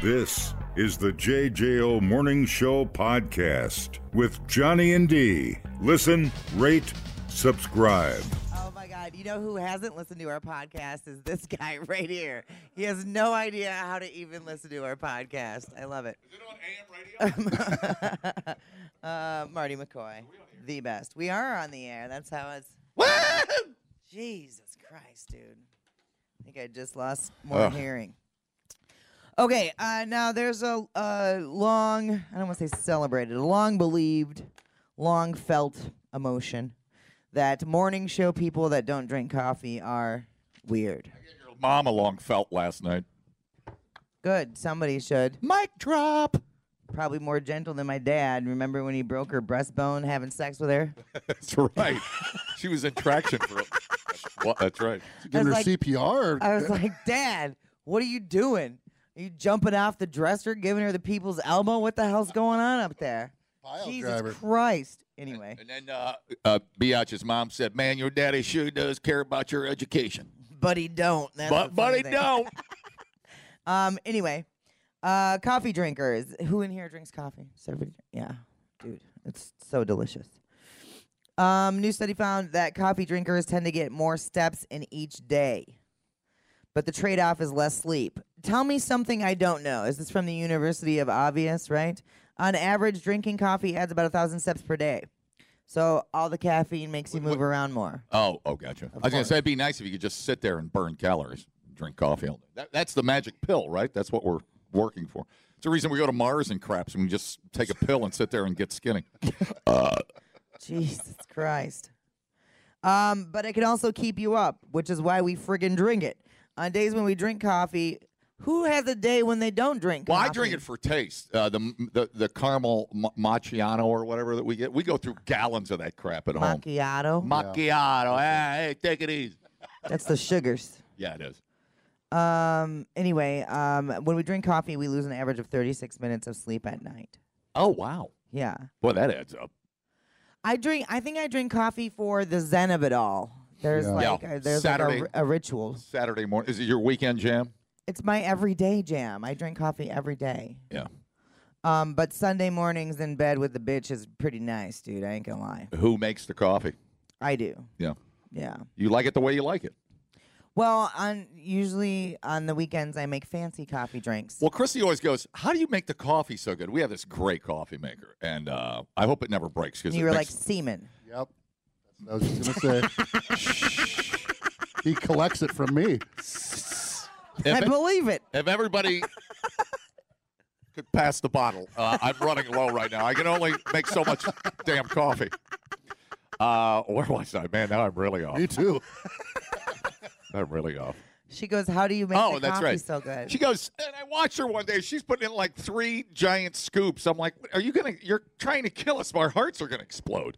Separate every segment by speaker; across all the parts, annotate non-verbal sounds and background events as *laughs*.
Speaker 1: This is the JJO Morning Show podcast with Johnny and D. Listen, rate, subscribe.
Speaker 2: Oh my God. You know who hasn't listened to our podcast is this *laughs* guy right here. He has no idea how to even listen to our podcast. I love it.
Speaker 3: Is it on AM radio?
Speaker 2: *laughs* Uh, Marty McCoy, the best. We are on the air. That's how it's. Jesus Christ, dude. I think I just lost one hearing. Okay, uh, now there's a, a long, I don't want to say celebrated, a long believed, long felt emotion that morning show people that don't drink coffee are weird.
Speaker 3: Your mom along felt last night.
Speaker 2: Good, somebody should.
Speaker 3: Mic drop.
Speaker 2: Probably more gentle than my dad. Remember when he broke her breastbone having sex with her?
Speaker 3: *laughs* That's right. *laughs* she was in traction for. A, well, that's right.
Speaker 2: I
Speaker 4: Giving her
Speaker 2: was like-
Speaker 4: CPR.
Speaker 2: I was like, Dad, what are you doing? Are you jumping off the dresser, giving her the people's elbow? What the hell's going on up there?
Speaker 4: Pile
Speaker 2: Jesus
Speaker 4: driver.
Speaker 2: Christ. Anyway,
Speaker 3: And then uh, uh, Biatch's mom said, "Man, your daddy sure does care about your education."
Speaker 2: but he don't. That's the
Speaker 3: but but
Speaker 2: funny
Speaker 3: he
Speaker 2: thing.
Speaker 3: don't.
Speaker 2: Um. Anyway, uh, coffee drinkers. Who in here drinks coffee? Does everybody drink- Yeah, dude, it's so delicious. Um, new study found that coffee drinkers tend to get more steps in each day, but the trade-off is less sleep. Tell me something I don't know. Is this from the University of Obvious? Right. On average, drinking coffee adds about a thousand steps per day. So all the caffeine makes you move around more.
Speaker 3: *laughs* Oh, oh, gotcha. I was gonna say it'd be nice if you could just sit there and burn calories, drink coffee all day. That, that's the magic pill, right? That's what we're working for. It's the reason we go to Mars and craps and we just take a pill and sit there and get skinny.
Speaker 2: Jesus Christ. Um, but it can also keep you up, which is why we friggin' drink it. On days when we drink coffee, who has a day when they don't drink
Speaker 3: Well, I
Speaker 2: coffee?
Speaker 3: drink it for taste. Uh, the, the the caramel ma- macchiato or whatever that we get. We go through gallons of that crap at home.
Speaker 2: macchiato.
Speaker 3: Macchiato. eh, Hey, hey, take it easy.
Speaker 2: That's the sugars.
Speaker 3: Yeah, it is.
Speaker 2: Um, anyway, um, when we drink coffee, we lose an average of 36 minutes of sleep at night.
Speaker 3: Oh wow.
Speaker 2: Yeah.
Speaker 3: Boy, that adds up.
Speaker 2: I drink, I think I drink coffee for the zen of it all. There's
Speaker 4: Yeah.
Speaker 2: like,
Speaker 3: Yeah.
Speaker 2: a, there's like a
Speaker 3: Saturday.
Speaker 2: ri- a ritual.
Speaker 3: Saturday morning. Is it your weekend jam?
Speaker 2: It's my everyday jam. I drink coffee every day.
Speaker 3: Yeah.
Speaker 2: Um, but Sunday mornings in bed with the bitch is pretty nice, dude. I ain't gonna lie.
Speaker 3: Who makes the coffee?
Speaker 2: I do.
Speaker 3: Yeah.
Speaker 2: Yeah.
Speaker 3: You like it the way you like it.
Speaker 2: Well, on usually on the weekends I make fancy coffee drinks.
Speaker 3: Well, Christy always goes, "How do you make the coffee so good?" We have this great coffee maker, and uh, I hope it never breaks because
Speaker 2: And you were like
Speaker 3: *laughs*
Speaker 2: semen.
Speaker 4: Yep. That's what I was just gonna say. he collects it from me.
Speaker 2: I
Speaker 3: if,
Speaker 2: believe it.
Speaker 3: if everybody could pass the bottle, uh, I'm running low right now. I can only make so much damn coffee. Uh, where was I, man? Now I'm really off.
Speaker 4: Me too.
Speaker 3: I'm really off.
Speaker 2: She goes, "How do you make
Speaker 3: Oh,
Speaker 2: the
Speaker 3: that's
Speaker 2: coffee
Speaker 3: right.
Speaker 2: so good?"
Speaker 3: She goes, and I watched her one day. She's putting in like three giant scoops. I'm like, are you gonna? You're trying to kill us. Our hearts are gonna explode.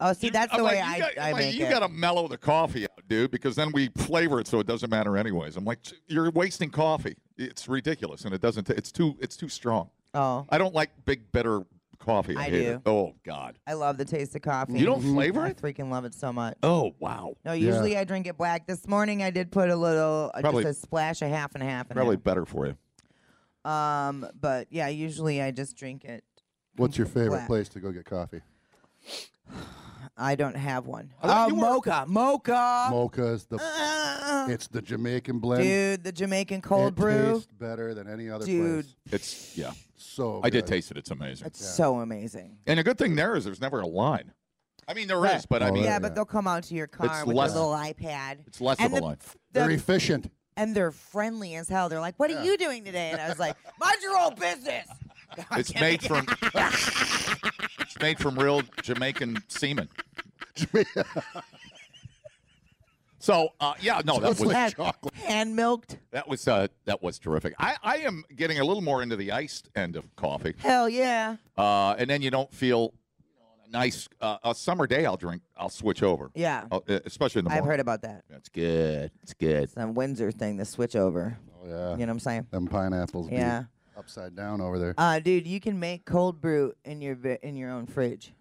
Speaker 2: oh, see, that's the
Speaker 3: I'm
Speaker 2: way
Speaker 3: like,
Speaker 2: I,
Speaker 3: you got,
Speaker 2: I
Speaker 3: am like,
Speaker 2: make
Speaker 3: you
Speaker 2: it.
Speaker 3: gotta mellow the coffee out, dude, because then we flavor it so it doesn't matter anyways. I'm like, you're wasting coffee. It's ridiculous, and it doesn't. T- it's too. It's too strong.
Speaker 2: oh,
Speaker 3: I don't like big bitter coffee. I,
Speaker 2: I
Speaker 3: hate
Speaker 2: do.
Speaker 3: It. Oh God.
Speaker 2: I love the taste of coffee. Mm-hmm.
Speaker 3: You don't flavor
Speaker 2: I
Speaker 3: it?
Speaker 2: freaking love it so much.
Speaker 3: Oh wow.
Speaker 2: No,
Speaker 4: Yeah.
Speaker 2: usually I drink it black. This morning I did put a little, uh,
Speaker 3: Probably-
Speaker 2: just a splash, a half and half. In
Speaker 3: Probably
Speaker 2: It.
Speaker 3: better for you.
Speaker 2: Um, but yeah, usually I just drink it.
Speaker 4: What's your favorite
Speaker 2: Black.
Speaker 4: place to go get coffee?
Speaker 2: I don't have one.
Speaker 3: I thought
Speaker 2: oh,
Speaker 3: you were-
Speaker 2: mocha, mocha.
Speaker 4: Mocha's the.
Speaker 2: Ah.
Speaker 4: It's the Jamaican blend.
Speaker 2: Dude, the Jamaican cold
Speaker 4: it
Speaker 2: brew.
Speaker 4: tastes better than any other
Speaker 2: Dude.
Speaker 4: place.
Speaker 3: It's yeah.
Speaker 4: So
Speaker 3: I did
Speaker 4: good.
Speaker 3: taste it. It's amazing.
Speaker 2: It's so amazing.
Speaker 3: And a good thing there is there's never a line. I mean, there is,
Speaker 2: Right.
Speaker 3: but I
Speaker 4: Oh,
Speaker 3: mean,
Speaker 2: yeah,
Speaker 4: yeah.
Speaker 2: but they'll come out to your car
Speaker 3: It's
Speaker 2: with
Speaker 3: less-
Speaker 2: their little iPad.
Speaker 3: it's less
Speaker 2: and
Speaker 3: of a
Speaker 2: the-
Speaker 3: line.
Speaker 2: the-
Speaker 4: They're efficient. *laughs*
Speaker 2: and they're friendly as hell. They're like, "What are you doing today?" And I was
Speaker 4: *laughs*
Speaker 2: like, "Mind your own business."
Speaker 3: It's made from.
Speaker 2: *laughs*
Speaker 3: it's made from real Jamaican semen. so uh, yeah, no, that
Speaker 4: Sounds
Speaker 3: was
Speaker 4: like
Speaker 2: Hand- hand milked.
Speaker 3: that was uh, that was terrific. I, I am getting a little more into the iced end of coffee,
Speaker 2: Hell yeah,
Speaker 3: uh, and then you don't feel you know, on a nice uh, a summer day. I'll drink. I'll switch over.
Speaker 2: yeah.
Speaker 3: Uh, especially in the
Speaker 2: I've
Speaker 3: morning.
Speaker 2: heard about that.
Speaker 3: That's good. It's good.
Speaker 2: It's a Windsor thing, the switch over.
Speaker 4: Oh yeah.
Speaker 2: You know what I'm saying?
Speaker 4: Them pineapples. be
Speaker 2: Yeah.
Speaker 4: Upside down over there.
Speaker 2: Uh, dude, you can make cold brew in your vi- in your own fridge.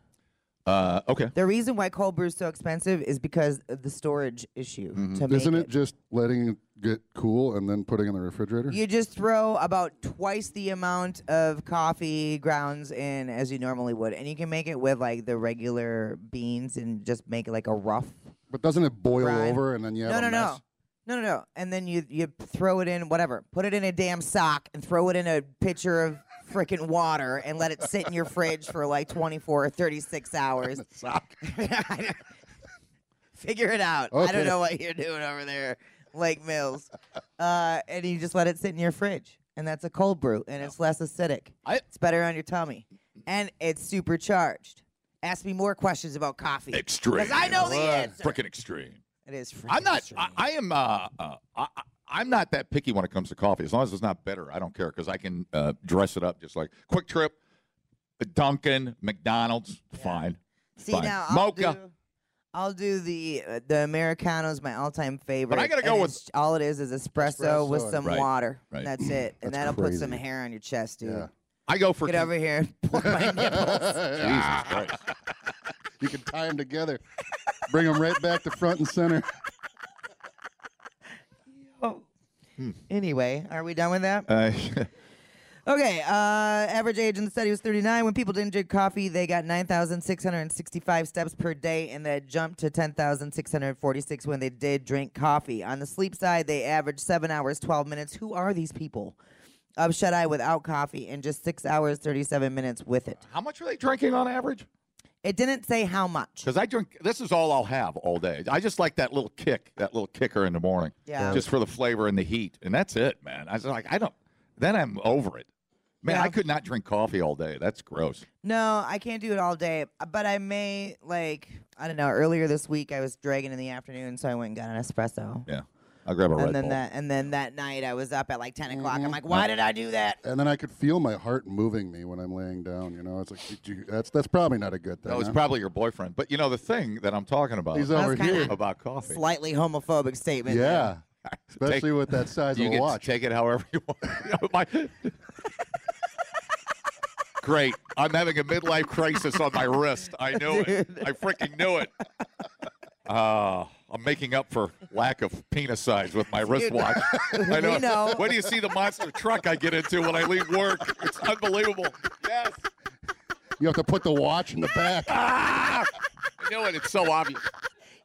Speaker 3: Uh, okay.
Speaker 2: The reason why cold brew is so expensive is because of the storage issue. To make
Speaker 4: Isn't
Speaker 2: it,
Speaker 4: it just letting it get cool and then putting it in the refrigerator?
Speaker 2: You just throw about twice the amount of coffee grounds in as you normally would, and you can make it with like the regular beans and just make it like a rough.
Speaker 4: But doesn't it boil
Speaker 2: Brine.
Speaker 4: over and then you have
Speaker 2: No,
Speaker 4: a
Speaker 2: no, no,
Speaker 4: mess?
Speaker 2: no, no, no. And then you you throw it in whatever, put it in a damn sock, and throw it in a pitcher of freaking water, and let it sit in your fridge for like 24 or 36 hours.
Speaker 4: *laughs* Sock.
Speaker 2: *laughs* I don't- Figure it out. I
Speaker 4: Okay.
Speaker 2: don't know what you're doing over there, Lake Mills. Uh, and you just let it sit in your fridge, and that's a cold brew, and it's less acidic.
Speaker 3: I-
Speaker 2: it's better on your tummy, and it's supercharged. Ask me more questions about coffee.
Speaker 3: Extreme.
Speaker 2: 'Cause I know the answer.
Speaker 3: Freaking extreme.
Speaker 2: It is. freaking
Speaker 3: I'm not.
Speaker 2: strange.
Speaker 3: I, I am. Uh, uh, I, I- I'm not that picky when it comes to coffee. As long as it's not better, I don't care because I can uh, dress it up just like Quick Trip, uh, Dunkin', McDonald's. Fine.
Speaker 2: See
Speaker 3: fine.
Speaker 2: now, I'll
Speaker 3: mocha.
Speaker 2: do. I'll do the uh, the americanos, my all time favorite.
Speaker 3: gotta
Speaker 2: and
Speaker 3: go with-
Speaker 2: it's- all it is is espresso,
Speaker 4: Espresso
Speaker 2: with
Speaker 4: and-
Speaker 2: some
Speaker 3: Right,
Speaker 2: water.
Speaker 3: right.
Speaker 2: And that's it, and
Speaker 4: That's
Speaker 2: that'll put some
Speaker 4: crazy.
Speaker 2: hair on your chest, dude.
Speaker 4: Yeah.
Speaker 3: I go for
Speaker 2: Get over here, and *laughs* pull
Speaker 3: *laughs*
Speaker 2: my nipples.
Speaker 3: Jesus Christ.
Speaker 4: You can tie them together, bring them right back to front and center.
Speaker 2: Oh. Anyway, are we done with that?
Speaker 3: Uh,
Speaker 2: Okay. Uh, average age in the study was 39. When people didn't drink coffee, they got 9,665 steps per day, and that jumped to 10,646 when they did drink coffee. On the sleep side, they averaged seven hours, 12 minutes. Who are these people? Of shut eye without coffee and just six hours, 37 minutes with it.
Speaker 3: *laughs* how much are they drinking on average?
Speaker 2: It didn't say how much.
Speaker 3: Because I drink. This is all I'll have all day. I just like that little kick, that little kicker in the morning.
Speaker 2: Yeah.
Speaker 3: Just for the flavor and the heat, and that's it, man. I was like, I don't. Then I'm over it. Man,
Speaker 2: Yeah.
Speaker 3: I could not drink coffee all day. That's gross.
Speaker 2: No, I can't do it all day, but I may, like, I don't know. Earlier this week, I was dragging in the afternoon, so I went and got an espresso.
Speaker 3: Yeah. I'll grab a Red
Speaker 2: and then
Speaker 3: Bull.
Speaker 2: that and then that night I was up at like ten o'clock. I'm like, why did I do that?
Speaker 4: And then I could feel my heart moving me when I'm laying down. You know, it's like "Did you- that's that's probably not a good thing.
Speaker 3: That was
Speaker 4: huh?
Speaker 3: probably your boyfriend. But you know the thing that I'm talking about
Speaker 4: He's
Speaker 3: *laughs*
Speaker 4: over
Speaker 2: That's kinda-
Speaker 4: here.
Speaker 3: about coffee.
Speaker 2: Slightly homophobic statement. there.
Speaker 4: Yeah, especially with that size
Speaker 3: you
Speaker 4: of
Speaker 3: get
Speaker 4: a
Speaker 3: to
Speaker 4: watch.
Speaker 3: take it however you want. *laughs* My- *laughs* Great. I'm having a midlife crisis on my wrist. I knew it. I freaking knew
Speaker 4: *laughs*
Speaker 3: it. Uh, I'm making up for lack of penis size with my
Speaker 4: *laughs*
Speaker 3: wristwatch. I know.
Speaker 2: we know.
Speaker 3: When do you see the monster truck I get into when I leave work? It's unbelievable. Yes.
Speaker 4: You have to put the watch in the back
Speaker 3: Ah! I knew it. It's so
Speaker 4: *laughs*
Speaker 3: obvious.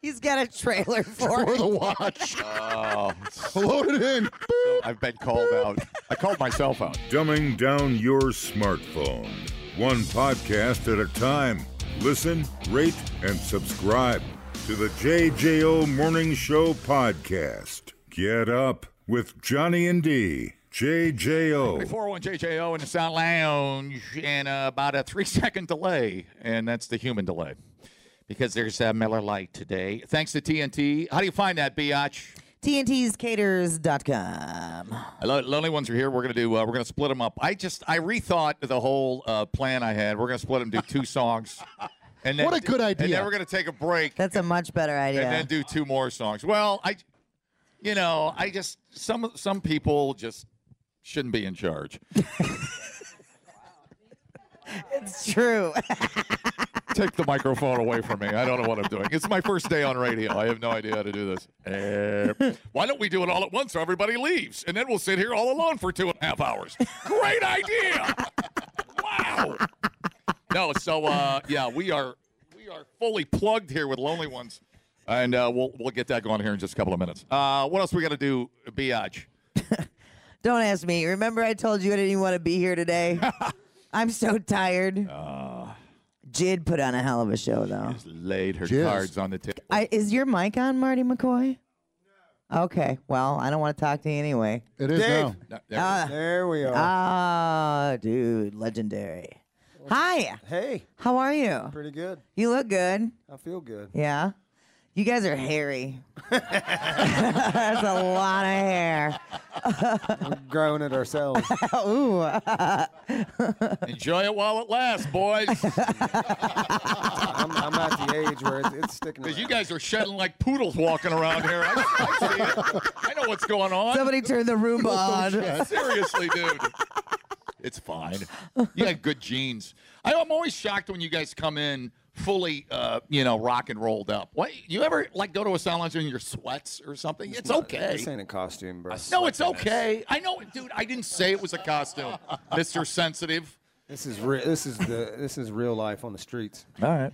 Speaker 2: He's got a
Speaker 3: *laughs*
Speaker 2: trailer for
Speaker 4: for
Speaker 2: it.
Speaker 4: the watch.
Speaker 3: Oh,
Speaker 4: *laughs* Load it in.
Speaker 3: I've been called out. I called myself *laughs* out.
Speaker 1: Dumbing down your smartphone. One podcast at a time. Listen, rate, and subscribe to the JJO Morning Show podcast. Get up with Johnny and D. JJO.
Speaker 3: 401 JJO in the Sound Lounge and uh, about a three second delay, and that's the human delay because there's uh, Miller Lite today. Thanks to TNT. How do you find that, Biatch?
Speaker 2: TNT'scaters.com.
Speaker 3: Lo- Lonely ones are here. We're gonna do. Uh, we're gonna split them up. I just I rethought the whole uh, plan I had. We're gonna split them, do *laughs* two songs, and then
Speaker 4: What a good
Speaker 3: And
Speaker 4: idea.
Speaker 3: then we're gonna take a break
Speaker 2: That's a much better idea.
Speaker 3: and then do two more songs. Well, I, you know, I just some some people just shouldn't be in charge.
Speaker 2: it's true. *laughs*
Speaker 3: Take the microphone away from me. I don't know what I'm doing. It's my first day on radio. I have no idea how to do this. Eh, why don't we do it all at once so everybody leaves? And then we'll sit here all alone for two and a half hours. Great idea. Wow. No, so uh, yeah, we are we are fully plugged here with Lonely Ones. And uh, we'll we'll get that going here in just a couple of minutes. Uh, what else we gotta do, Biatch?
Speaker 2: Don't ask me. Remember I told you I didn't even want to be here today?
Speaker 3: *laughs*
Speaker 2: I'm so tired.
Speaker 3: Uh.
Speaker 2: Jid put on a hell of a show though.
Speaker 3: Laid her
Speaker 4: Jizz.
Speaker 3: cards on the table.
Speaker 2: I, is your mic on, Marty McCoy? Okay. Well, I don't want to talk to you anyway.
Speaker 4: It is
Speaker 5: Dave.
Speaker 4: now.
Speaker 3: No, there we
Speaker 2: Ah.
Speaker 5: There we are.
Speaker 2: Ah, dude, legendary. Hi,
Speaker 5: hey,
Speaker 2: how are you?
Speaker 5: pretty good.
Speaker 2: You look good.
Speaker 5: I feel good.
Speaker 2: Yeah. You guys are hairy. That's a lot of hair.
Speaker 5: We're growing it ourselves.
Speaker 2: Ooh.
Speaker 3: go. Enjoy it while it lasts, boys.
Speaker 5: I'm, I'm at the age where it's, it's sticking.
Speaker 3: Because you
Speaker 5: around.
Speaker 3: guys are shedding like poodles walking around here. I, I see it. I know what's going on.
Speaker 2: Somebody turned the *laughs* Roomba on.
Speaker 3: Seriously, dude. It's fine. You got good genes. I, I'm always shocked when you guys come in fully, uh, you know, rock and rolled up. What you ever like go to a salon in your sweats or something? It's okay.
Speaker 6: This ain't a costume, bro.
Speaker 3: No, it's okay. I know, dude. I didn't say it was a costume, Mister Sensitive.
Speaker 6: This is real. This is the. This is real life on the streets.
Speaker 2: All right.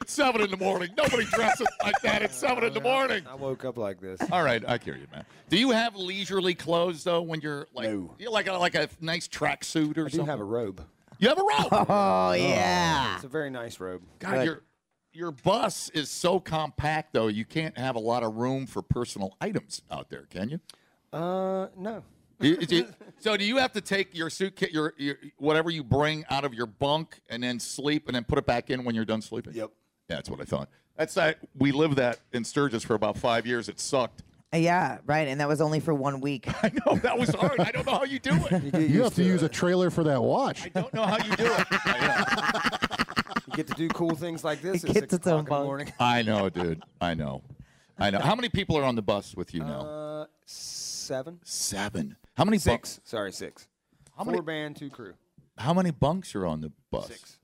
Speaker 3: It's seven in the morning. Nobody dresses like that at seven in the morning.
Speaker 6: I woke up like this.
Speaker 3: All right, I hear you, man. Do you have leisurely clothes though when you're like
Speaker 6: No.
Speaker 3: you like a, like a nice tracksuit or
Speaker 6: I do
Speaker 3: something?
Speaker 6: have a robe.
Speaker 3: you have a
Speaker 6: *laughs*
Speaker 3: robe.
Speaker 2: Oh yeah.
Speaker 6: It's a very nice robe.
Speaker 3: God, your your bus is so compact though. You can't have a lot of room for personal items out there, can you?
Speaker 6: Uh, no.
Speaker 3: You-
Speaker 6: *laughs*
Speaker 3: you- so do you have to take your suitcase, your, your whatever you bring out of your bunk, and then sleep, and then put it back in when you're done sleeping?
Speaker 6: Yep.
Speaker 3: Yeah, that's what I thought. That's I, we lived that in Sturgis for about five years. It sucked. *laughs*
Speaker 2: Yeah. Right. And that was only for one week.
Speaker 3: I know that was hard. I don't know how you do it.
Speaker 6: *laughs* get
Speaker 4: You
Speaker 6: used
Speaker 4: have to use a trailer for that watch.
Speaker 3: I don't know how you do it.
Speaker 6: *laughs*
Speaker 3: I
Speaker 6: You get to do cool things like this.
Speaker 2: It
Speaker 6: at
Speaker 2: gets
Speaker 6: six
Speaker 2: its own
Speaker 6: o'clock
Speaker 2: bunk.
Speaker 6: in the morning.
Speaker 3: know, I
Speaker 6: *laughs*
Speaker 3: know dude. I know. I know. How many people are on the bus with you now?
Speaker 6: Uh, seven,
Speaker 3: Seven. How many bunks?
Speaker 6: six. Sorry, six.
Speaker 3: How
Speaker 6: Four
Speaker 3: many?
Speaker 6: band, two crew.
Speaker 3: How many bunks are on the bus?
Speaker 6: Six.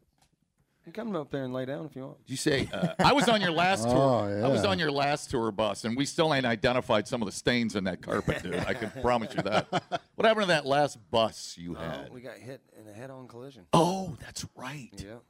Speaker 6: You can come up there and lay down if you want.
Speaker 3: Did you say
Speaker 6: *laughs*
Speaker 3: uh, I was on your last tour?
Speaker 4: Oh,
Speaker 3: I was
Speaker 4: yeah.
Speaker 3: on your last tour bus, and we still ain't identified some of the stains in that carpet, dude. I
Speaker 6: *laughs*
Speaker 3: can promise you that. What happened to that last bus you had?
Speaker 6: Oh, Uh, We got hit in a head-on collision.
Speaker 3: Oh, that's right.
Speaker 6: Yep.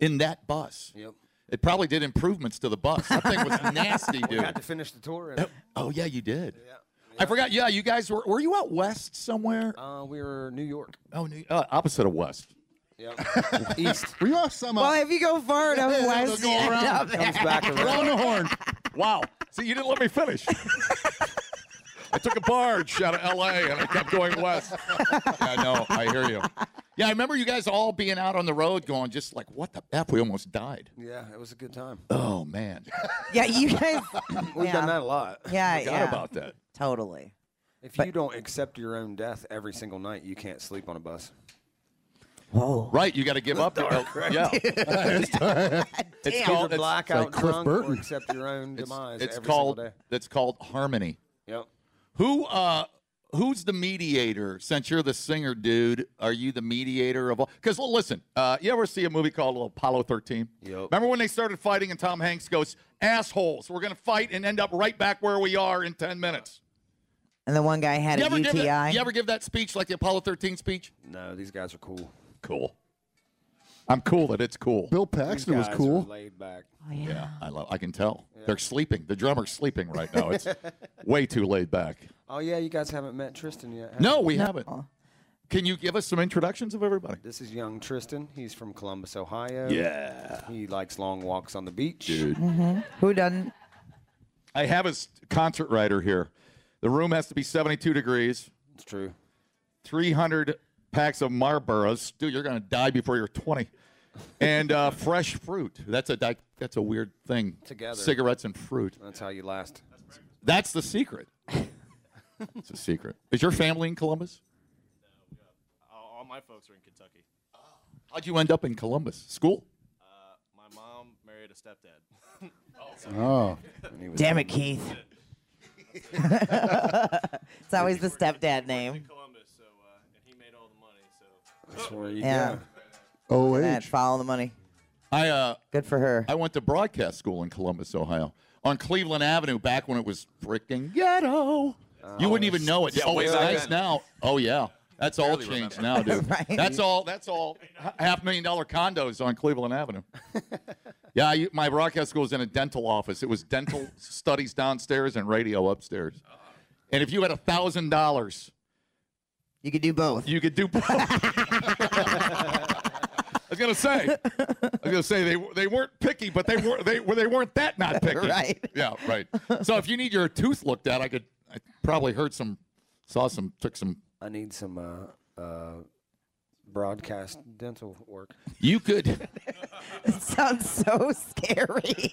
Speaker 3: In that bus.
Speaker 6: Yep.
Speaker 3: It probably did improvements to the bus. That thing
Speaker 6: *laughs*
Speaker 3: was nasty,
Speaker 6: We got
Speaker 3: dude.
Speaker 6: to finish the tour. And,
Speaker 3: Oh yeah, you did.
Speaker 6: yeah.
Speaker 3: I forgot. Yeah, you guys were. Were you out west somewhere?
Speaker 6: Uh, we were New York.
Speaker 3: Oh, New- uh, opposite of *laughs* west.
Speaker 6: Yep. East.
Speaker 4: We have
Speaker 2: *laughs*
Speaker 4: some
Speaker 2: Well,
Speaker 4: uh,
Speaker 2: if you go *laughs* far enough
Speaker 4: yeah,
Speaker 2: west,
Speaker 4: go
Speaker 2: you end
Speaker 4: around.
Speaker 2: up there.
Speaker 6: Comes
Speaker 2: *laughs*
Speaker 6: back around.
Speaker 4: on the horn.
Speaker 3: Wow. See, you didn't let me finish. I took a barge out of LA and I kept going west. I know. I hear you. Yeah, I remember you guys all being out on the road going just like, what the F? We almost died.
Speaker 6: Yeah, it was a good time.
Speaker 3: Oh, man.
Speaker 2: Yeah, you *laughs* guys.
Speaker 6: We've done that
Speaker 2: yeah.
Speaker 6: a lot.
Speaker 2: Yeah,
Speaker 3: Forgot
Speaker 2: yeah.
Speaker 3: about that.
Speaker 2: Totally.
Speaker 6: If you don't accept your own death every single night, you can't sleep on a bus.
Speaker 2: Whoa.
Speaker 3: Right. You got to give up. uh, *laughs* yeah. it's called,
Speaker 6: Either
Speaker 3: it's,
Speaker 6: blackout
Speaker 4: Cliff
Speaker 6: drunk or
Speaker 4: Burton.
Speaker 6: accept your own
Speaker 3: it's,
Speaker 6: demise
Speaker 3: it's
Speaker 6: every
Speaker 3: called,
Speaker 6: single day.
Speaker 3: it's called harmony.
Speaker 6: Yep.
Speaker 3: Who, uh, Who's the mediator? Since you're the singer, dude, are you the mediator of all? Because well, listen, uh, you ever see a movie called Apollo 13?
Speaker 6: Yep.
Speaker 3: Remember when they started fighting and Tom Hanks goes, "Assholes, we're gonna fight and end up right back where we are in 10 minutes."
Speaker 2: And the one guy had
Speaker 3: You
Speaker 2: a
Speaker 3: ever give
Speaker 2: UTI.
Speaker 3: that, you ever give that speech like the Apollo 13 speech?
Speaker 6: No, these guys are cool.
Speaker 3: Cool. I'm cool that it's cool.
Speaker 4: Bill
Speaker 6: These
Speaker 4: Paxton was
Speaker 6: guys are
Speaker 4: cool.
Speaker 6: laid back.
Speaker 2: oh, yeah.
Speaker 3: Yeah, I love. I can tell they're sleeping. The drummer's sleeping right now. *laughs* It's way too laid back.
Speaker 6: Oh yeah, you guys haven't met Tristan yet. have
Speaker 3: No,
Speaker 6: you?
Speaker 3: we haven't. Can you give us some introductions of everybody?
Speaker 6: This is young Tristan. He's from Columbus, Ohio.
Speaker 3: Yeah.
Speaker 6: He likes long walks on the beach.
Speaker 2: Who doesn't?
Speaker 3: I have his concert writer here. The room has to be 72 degrees,
Speaker 6: It's true.
Speaker 3: 300 packs of Marlboros. Dude, you're going to die before you're 20. And uh, *laughs* fresh fruit. That's a di- that's a weird thing.
Speaker 6: Together.
Speaker 3: Cigarettes and fruit.
Speaker 6: That's how you last.
Speaker 3: That's the secret. it's a secret. Is your family in Columbus?
Speaker 7: All all my folks are in Kentucky.
Speaker 3: How'd you end up in Columbus? School?
Speaker 7: My mom married a stepdad.
Speaker 4: Oh,
Speaker 2: Damn it, Keith. *laughs* it's always the stepdad name.
Speaker 7: Columbus, so uh, and he made all the money. So
Speaker 6: That's where you
Speaker 2: Yeah.
Speaker 6: go.
Speaker 4: oh
Speaker 2: That
Speaker 4: age.
Speaker 2: follow the money.
Speaker 3: I uh
Speaker 2: Good for her.
Speaker 3: I went to broadcast school in Columbus, Ohio, on Cleveland Avenue back when it was freaking ghetto. you wouldn't even know it. oh, it's
Speaker 7: Oh, way back
Speaker 3: nice
Speaker 7: then.
Speaker 3: now. Oh yeah, that's all changed now,
Speaker 7: *laughs*
Speaker 3: dude.
Speaker 2: Right.
Speaker 3: That's all. That's all. h- Half million dollar condos on Cleveland Avenue. *laughs* yeah, I, my broadcast school was in a dental office. It was dental *laughs* studies downstairs and radio upstairs. And if you had a thousand dollars,
Speaker 2: You could do both.
Speaker 3: you could do both. I was gonna say, I was gonna say they they weren't picky, but they were they were they weren't that not picky.
Speaker 2: Right.
Speaker 3: Yeah. Right. So if you need your tooth looked at, I could. I probably heard some, saw some, took some.
Speaker 6: I need some uh, uh, broadcast dental work.
Speaker 3: You could.
Speaker 2: It sounds so scary. *laughs*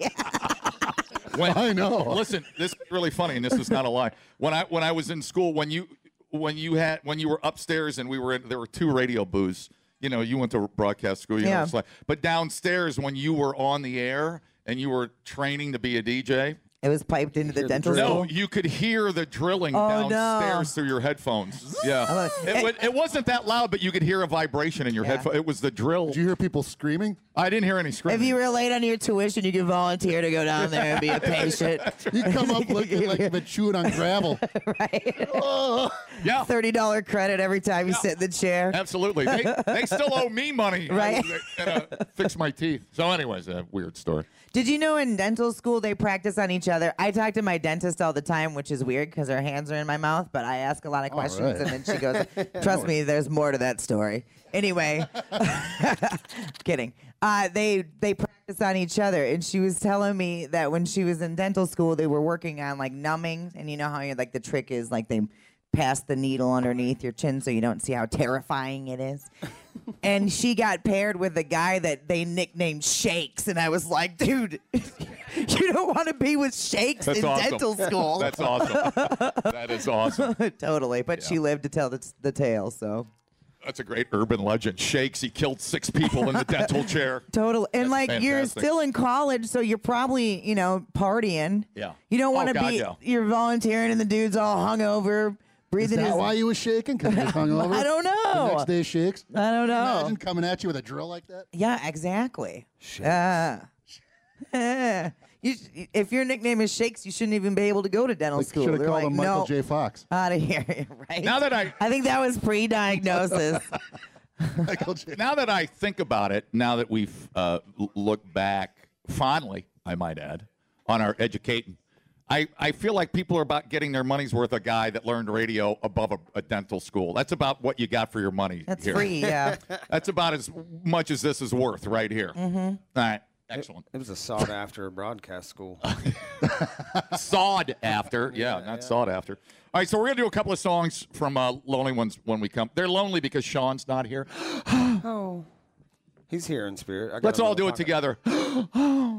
Speaker 3: When,
Speaker 4: I know.
Speaker 3: Listen, this is really funny, and this is not a lie. When I when I was in school, when you when you had when you were upstairs, and we were in, there were two radio booths. You know, you went to broadcast school. You know,
Speaker 2: Yeah.
Speaker 3: it's like, but downstairs when you were on the air and you were training to be a DJ,
Speaker 2: It was piped into the
Speaker 5: Hear the
Speaker 2: dental
Speaker 5: drill.
Speaker 3: No,
Speaker 2: school.
Speaker 3: you could hear the drilling
Speaker 2: Oh, no.
Speaker 3: downstairs through your headphones. Yeah.
Speaker 2: love it.
Speaker 3: It, wa- it wasn't that loud, but you could hear a vibration in your
Speaker 2: Yeah.
Speaker 3: headphone. It was the drill.
Speaker 4: Did you hear people screaming?
Speaker 3: I didn't hear any
Speaker 2: If
Speaker 3: screaming.
Speaker 2: you were late on your tuition, you could volunteer to go down there and be a patient.
Speaker 4: You come up looking like you've been chewing on gravel.
Speaker 3: yeah.
Speaker 2: Thirty dollar credit every time you sit in the chair.
Speaker 3: Absolutely. They, they still owe me money.
Speaker 2: Right.
Speaker 3: I, uh, fix my teeth. So, anyways, a weird story.
Speaker 2: Did you know in dental school they practice on each other? I talk to my dentist all the time, which is weird because her hands are in my mouth, but I ask a lot of
Speaker 4: All
Speaker 2: questions
Speaker 4: right.
Speaker 2: and then she goes, Trust me, there's more to that story. Anyway, kidding. Uh, they they practice on each other, and she was telling me that when she was in dental school, they were working on like numbing, and you know how you like the trick is like they pass the needle underneath your chin so you don't see how terrifying it
Speaker 3: *laughs*
Speaker 2: is. and she got paired with a guy that they nicknamed Shakes, and I was like, dude, *laughs* you don't want to be with Shakes
Speaker 3: That's
Speaker 2: in
Speaker 3: awesome.
Speaker 2: dental school.
Speaker 3: That's awesome. that is awesome.
Speaker 2: *laughs* totally, but she
Speaker 3: Yeah.
Speaker 2: lived to tell the, the tale, so.
Speaker 3: That's a great urban legend. Shakes, he killed six people in the dental chair.
Speaker 2: Total. And
Speaker 3: That's
Speaker 2: like you're
Speaker 3: fantastic.
Speaker 2: still in college, so you're probably, you know, partying.
Speaker 3: Yeah.
Speaker 2: You don't
Speaker 3: Oh,
Speaker 2: want to
Speaker 3: God,
Speaker 2: be
Speaker 3: yeah.
Speaker 2: you're volunteering and the dude's all hungover,
Speaker 4: Is
Speaker 2: breathing his
Speaker 4: that why you was shaking? Because you was hungover?
Speaker 2: I don't
Speaker 4: The
Speaker 2: know.
Speaker 4: next day shakes?
Speaker 2: I don't know.
Speaker 4: Imagine coming at you with a drill like that.
Speaker 2: Yeah, exactly. Yeah. Yeah. *laughs* you, sh- if your nickname is Shakes, you shouldn't even be able to go to dental
Speaker 4: Like,
Speaker 2: school.
Speaker 4: Should have
Speaker 2: They're
Speaker 4: called
Speaker 2: like,
Speaker 4: him Michael
Speaker 2: no,
Speaker 4: J. Fox.
Speaker 2: out of here, *laughs* right?
Speaker 3: Now that I
Speaker 2: I think that was
Speaker 4: *laughs*
Speaker 2: pre-diagnosis.
Speaker 4: Michael J.
Speaker 3: now that I think about it, now that we've uh, l- looked back fondly, I might add, on our educating, I, I feel like people are about getting their money's worth a guy that learned radio above a, a dental school. That's about what you got for your money.
Speaker 2: That's
Speaker 3: here.
Speaker 2: free,
Speaker 4: *laughs*
Speaker 2: yeah.
Speaker 3: That's about as much as this is worth right here. Mm-hmm. All right. Excellent.
Speaker 5: It was a sought after broadcast school.
Speaker 3: *laughs* sawed after. Yeah, not sawed after. All right, so we're gonna do a couple of songs from uh, Lonely Ones when we come. They're lonely because Sean's not here.
Speaker 5: oh. He's here in spirit. I got
Speaker 3: Let's
Speaker 5: him in
Speaker 3: all
Speaker 5: the
Speaker 3: do it
Speaker 5: pocket.
Speaker 3: together.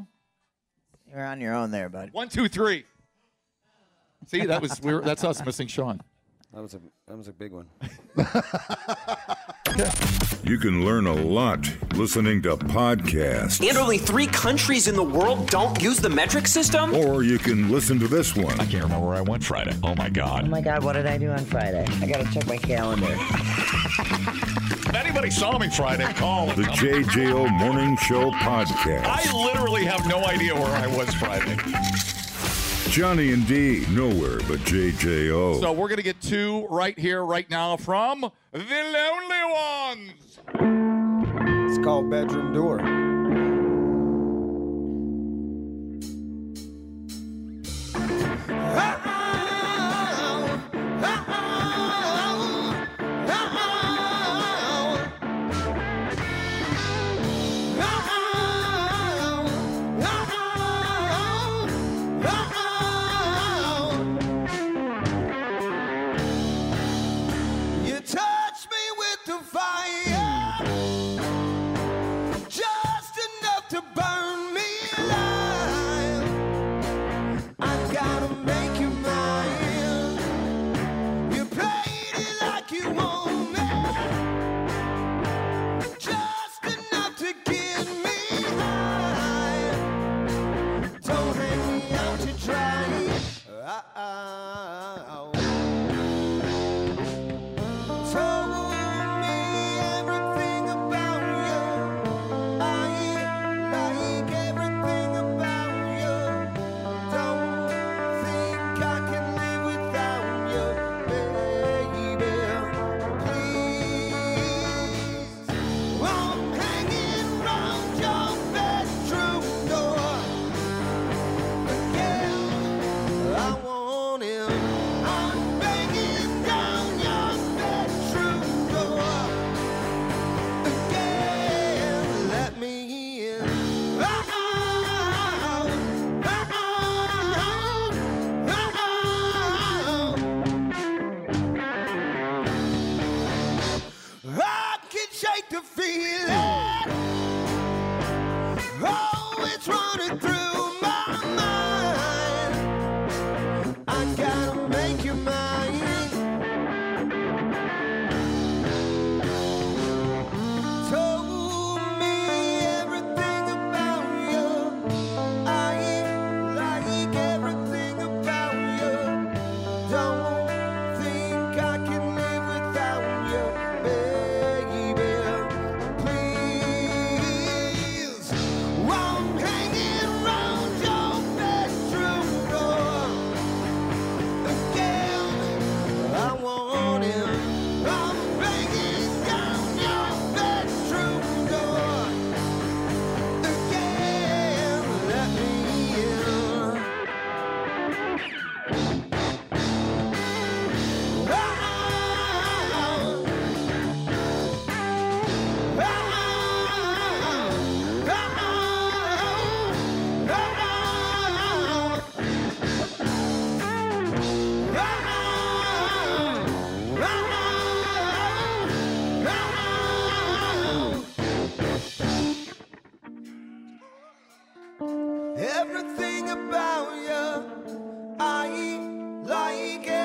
Speaker 2: You're on your own there, bud.
Speaker 3: One, two, three. See, that was we were, that's us missing Sean.
Speaker 5: That was a that was a big one.
Speaker 1: You can learn a lot listening to podcasts,
Speaker 8: And only three countries in the world don't use the metric system?
Speaker 1: or you can listen to this one.
Speaker 3: Can't remember where I went Friday. Oh my
Speaker 2: Oh
Speaker 3: God!
Speaker 2: my God, what did I do on Friday? I gotta check my calendar.
Speaker 3: If anybody saw me Friday, call.
Speaker 1: The JJO Morning Show Podcast.
Speaker 3: *laughs* I literally have no idea where I was Friday.
Speaker 1: Johnny and D, nowhere but JJO.
Speaker 3: So we're gonna get two right here, right now from the Lonely Ones.
Speaker 5: It's called bedroom door.
Speaker 6: You touch me with the fire, just enough to burn me alive. I gotta make you mine. You played it like you want me, just enough to get me high. Don't hang me out to dry. Oh. Told me everything about you. I like everything about you. Don't think I can live without you, baby. Please, I'm hanging 'round your bedroom door again. I want him. I'm banging down your bedroom door again. Let me in. Oh, oh, oh, oh, oh. I can shake the feeling. Oh, it's running through my mind. I gotta make you mine. Told me everything about you. I like everything.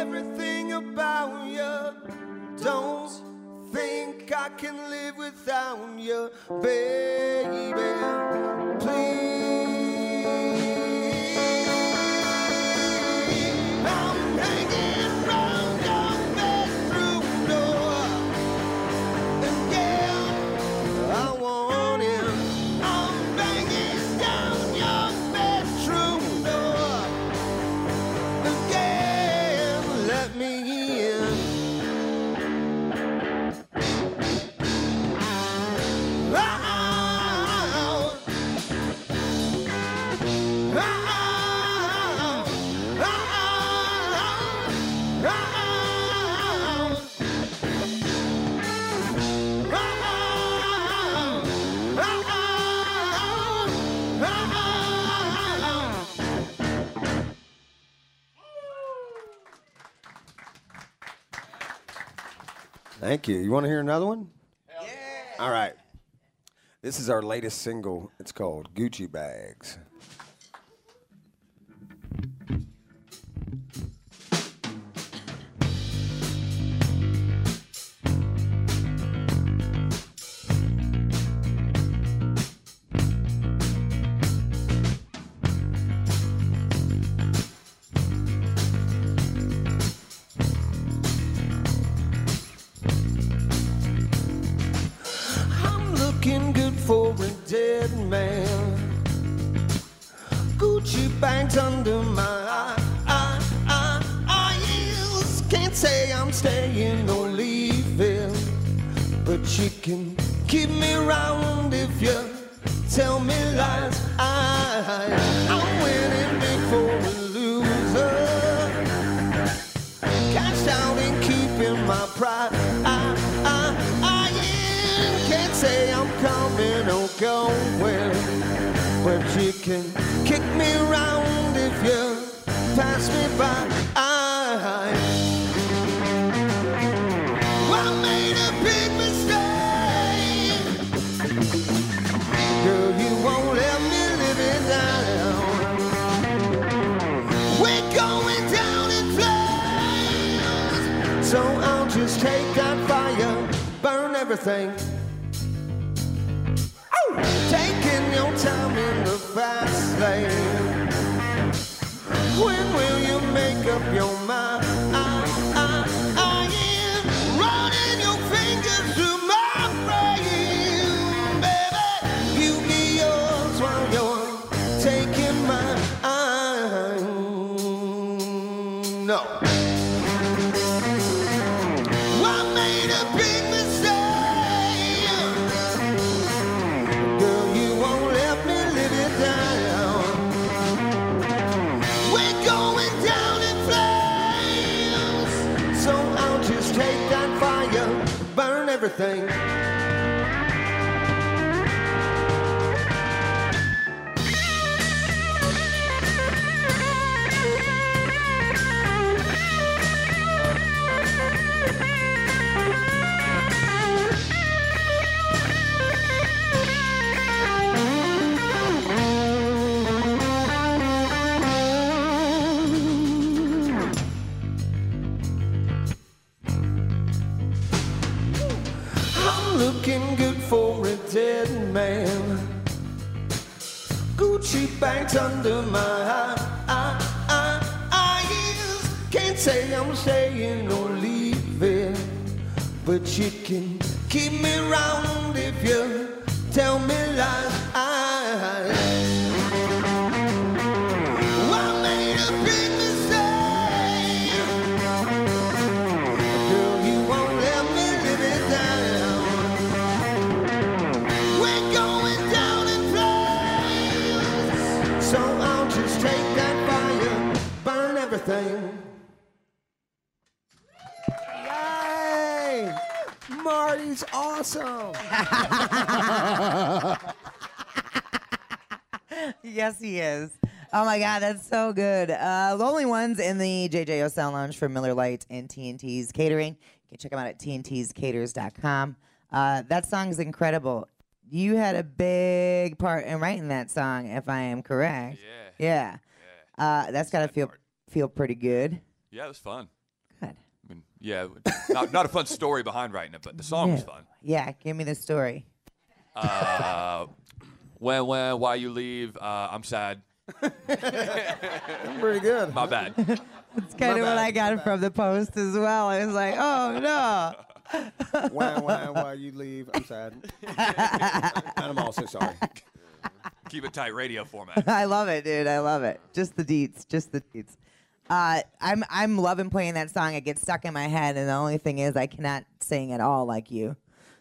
Speaker 6: about you. Don't think I can live without you, baby. Please. I'm hanging from your bedroom door. And yeah, I want it. I'm banging down your bedroom door. Again, let me in. Ah, Out. Out. Out. Out.
Speaker 5: Thank you. You want to hear another one? Yeah. All right. This is our latest single. It's called Gucci Bags.
Speaker 6: I'm looking good for a dead man. Gucci bags under my eye- eye- eyes. Can't say I'm staying or leaving, but you can keep me round if you tell me lies. I, I'm winning big for a loser cashed out and keeping my pride. I, I, I am. can't say I'm coming or going, but you can kick me around if you pass me by. I, I made a big mistake. Girl, you won't let me live it down. We're going down in flames. So I'll just take that fire, burn everything. Oh, taking your time in the fast lane. When will you make up your mind? I, I, I am running your fingers through my brain, baby. You be yours while you're taking mine. No. I made a big mistake. Girl, you won't let me live it down. We're going down in flames. So I'll just take that fire, burn everything. I'm looking good for a dead man. Gucci bags under my eye- eye- eye- eyes. Can't say I'm staying or leaving, but you can keep me round if you tell me lies. I, I made a big mistake. Girl, you won't let me live it down. We're going down in flames. So I'll just take that fire, burn everything. Yay! Marty's awesome.
Speaker 2: Yes, he is. Oh my God, that's so good. Uh, Lonely Ones in the JJO Sound Lounge for Miller Lite and TNT's Catering. You can check them out at tntscaters.com. Uh, that song's incredible. You had a big part in writing that song, if I am correct. Yeah. Yeah. Uh, that's got to feel feel pretty good.
Speaker 9: Yeah, it was fun.
Speaker 2: Good.
Speaker 9: I mean, yeah, *laughs* not, not a fun story behind writing it, but the song was fun.
Speaker 2: Yeah, give me the story.
Speaker 9: Uh, when, when, why you leave? Uh, I'm sad.
Speaker 5: Pretty good.
Speaker 2: *laughs*
Speaker 9: My bad.
Speaker 2: It's kind of what I got from the post as well. I was like, oh no.
Speaker 5: why, why, why you leave? I'm *laughs* sad. I'm also sorry.
Speaker 9: Keep it tight radio
Speaker 2: *laughs*
Speaker 9: format.
Speaker 2: I love it, dude. I love it. Just the deets, just the deets. Uh, I'm I'm loving playing that song. It gets stuck in my head, and the only thing is I cannot sing at all like you.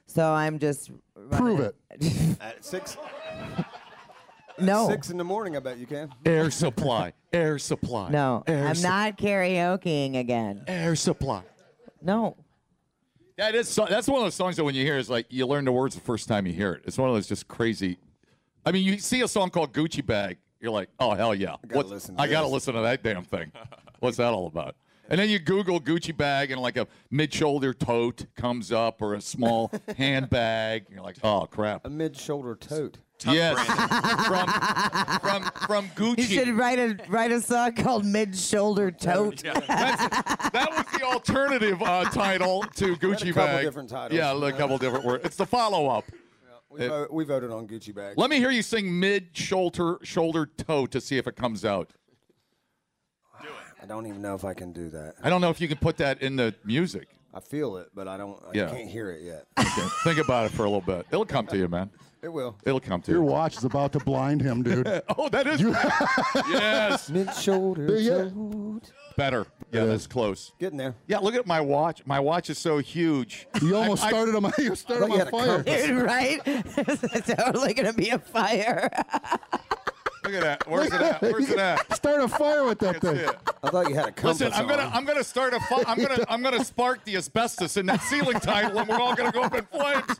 Speaker 2: So I'm just *laughs*
Speaker 4: Prove it.
Speaker 5: At six,
Speaker 2: no,
Speaker 5: six in the morning, I bet you can.
Speaker 3: Air supply. Air supply.
Speaker 2: no.
Speaker 3: Air
Speaker 2: I'm
Speaker 3: su-
Speaker 2: not karaokeing again.
Speaker 3: Air supply.
Speaker 2: No,
Speaker 3: That is so- that's one of those songs that when you hear it, it's like you learn the words the first time you hear it. It's one of those just crazy. I mean, you see a song called Gucci Bag, you're like, oh hell yeah! What- I
Speaker 5: gotta listen to
Speaker 3: I gotta
Speaker 5: this.
Speaker 3: listen to that damn thing. What's that all about? And then you Google Gucci Bag, and like a mid-shoulder tote comes up, or a small handbag. You're like, oh crap!
Speaker 5: A mid-shoulder tote.
Speaker 3: Yes, from from from
Speaker 2: you
Speaker 3: Gucci.
Speaker 2: should write a write a song called Mid
Speaker 4: *laughs*
Speaker 2: Shoulder Tote.
Speaker 3: That was the alternative uh, title to Gucci
Speaker 5: couple
Speaker 3: Bag.
Speaker 5: different titles.
Speaker 3: Yeah, a couple different words. It's the follow-up.
Speaker 5: We, vo- we voted on Gucci bag.
Speaker 3: Uh, Let me hear you sing mid shoulder shoulder toe to see if it comes out.
Speaker 5: I don't even know if I can do that.
Speaker 3: I don't know if you can put that in the music.
Speaker 5: I feel it, but I don't. I
Speaker 3: Yeah.
Speaker 5: can't hear it yet.
Speaker 3: *laughs* Okay, Think about it for a little bit. It'll come to you, man.
Speaker 5: It will.
Speaker 3: It'll come to
Speaker 4: Your
Speaker 3: you.
Speaker 4: watch is about to blind
Speaker 2: *laughs*
Speaker 4: him, dude.
Speaker 3: oh, that is *laughs* yes,
Speaker 5: Mid-shoulder
Speaker 4: Yeah.
Speaker 5: tote.
Speaker 3: better. Yeah, that's close.
Speaker 5: Getting there.
Speaker 3: Yeah, look at my watch. My watch is so huge.
Speaker 4: You almost
Speaker 3: I- I-
Speaker 4: started him. *laughs* You started
Speaker 5: thought
Speaker 4: him
Speaker 5: you
Speaker 4: on
Speaker 5: had a
Speaker 4: fire.
Speaker 2: Dude, *laughs* right? It's totally gonna be a fire.
Speaker 3: Look at that. Where's it at? Where's
Speaker 5: *laughs*
Speaker 3: it at?
Speaker 4: *laughs* Start a fire with that
Speaker 3: That's
Speaker 4: thing.
Speaker 3: it.
Speaker 5: I thought you
Speaker 3: *laughs*
Speaker 5: had a compass
Speaker 3: Listen, I'm gonna
Speaker 5: on.
Speaker 3: I'm gonna start a fi- I'm gonna I'm gonna spark the asbestos in that ceiling tile, and we're all gonna go up in flames.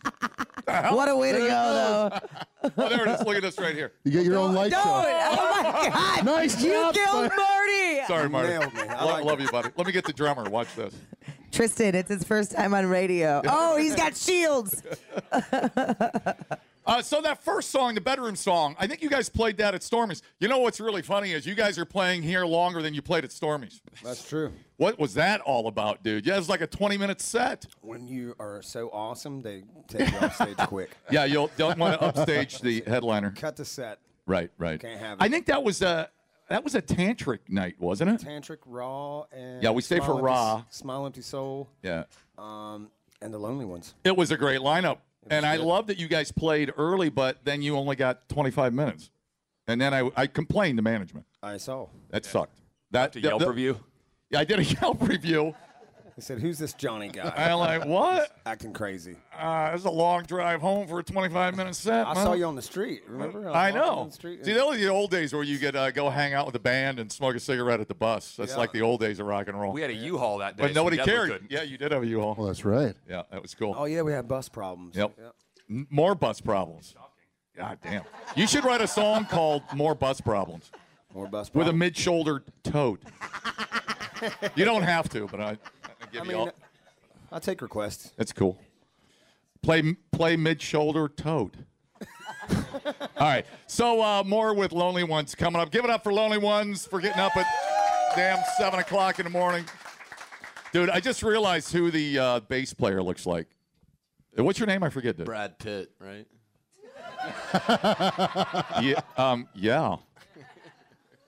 Speaker 2: What a way to go, though.
Speaker 3: Oh, *laughs* there it is. Look at this right here.
Speaker 4: You get your own light
Speaker 2: Dude,
Speaker 4: show.
Speaker 2: oh my
Speaker 4: *laughs*
Speaker 2: God.
Speaker 4: Nice
Speaker 2: you
Speaker 4: job,
Speaker 2: killed
Speaker 4: son.
Speaker 2: Marty.
Speaker 3: Sorry, Marty.
Speaker 5: Nailed me. I
Speaker 3: Lo-
Speaker 5: like
Speaker 3: love you, buddy. Let me get the drummer. Watch this.
Speaker 2: Tristan, it's his first time on
Speaker 3: *laughs*
Speaker 2: radio. Oh, he's got shields.
Speaker 3: Uh, so that first song, the bedroom song, I think you guys played that at Stormy's. You know what's really funny is you guys are playing here longer than you played at Stormy's.
Speaker 5: That's true.
Speaker 3: What was that all about, dude? Yeah, it was like a 20 minute set.
Speaker 5: When you are so awesome, they take you off
Speaker 3: *laughs*
Speaker 5: stage quick.
Speaker 3: Yeah, you will don't want to upstage the
Speaker 5: *laughs*
Speaker 3: headliner.
Speaker 5: Cut the set.
Speaker 3: Right, right.
Speaker 5: Can't have it.
Speaker 3: I think that was a that was a tantric night, wasn't it?
Speaker 5: Tantric, Raw, and
Speaker 3: Yeah, we stay for
Speaker 5: Smile Empty-
Speaker 3: Raw.
Speaker 5: Smile Empty Soul,
Speaker 3: Yeah.
Speaker 5: um, and the Lonely Ones.
Speaker 3: It was a great lineup. And I love that you guys played early, but then you only got 25 minutes. And then I, I complained to management.
Speaker 5: I saw.
Speaker 3: That sucked. That
Speaker 9: The
Speaker 3: the-
Speaker 9: Yelp
Speaker 3: the-
Speaker 9: review.
Speaker 3: Yeah, I did a *laughs* Yelp review.
Speaker 5: They said, "Who's this Johnny
Speaker 3: *laughs*
Speaker 5: guy
Speaker 3: I'm
Speaker 5: *laughs*
Speaker 3: like, what?
Speaker 5: acting crazy?"
Speaker 3: Uh, it's a long drive home for a 25 minute set.
Speaker 5: I
Speaker 3: man.
Speaker 5: saw you on the street. Remember? was
Speaker 3: I
Speaker 5: walking on
Speaker 3: know.
Speaker 5: the
Speaker 3: See,
Speaker 5: street and-
Speaker 3: those are the old days where you could uh, go hang out with the band and smoke a cigarette at the bus. That's
Speaker 5: Yeah.
Speaker 3: like the old days of rock and roll.
Speaker 9: We had a U-Haul that day.
Speaker 3: but
Speaker 9: so we
Speaker 3: nobody
Speaker 9: definitely
Speaker 3: cared.
Speaker 9: couldn't.
Speaker 3: Yeah, you did have a U-Haul.
Speaker 4: Well, that's right.
Speaker 3: yeah, that was cool.
Speaker 5: oh yeah, we had bus problems.
Speaker 3: Yep. N- More bus problems. God damn. You should write a song called More Bus Problems
Speaker 5: More bus
Speaker 3: with a
Speaker 5: problems.
Speaker 3: mid shoulder tote. you don't have to, but I, I give
Speaker 5: I
Speaker 3: you all.
Speaker 5: mean, I'll take requests.
Speaker 3: That's cool. Play play mid shoulder tote. All right. So uh, more with Lonely Ones coming up. Give it up for Lonely Ones for getting up at damn seven o'clock in the morning. Dude, I just realized who the uh, bass player looks like. What's your name? I forget. Dude.
Speaker 10: Brad Pitt,
Speaker 9: *laughs*
Speaker 10: right?
Speaker 3: Yeah. Um, yeah.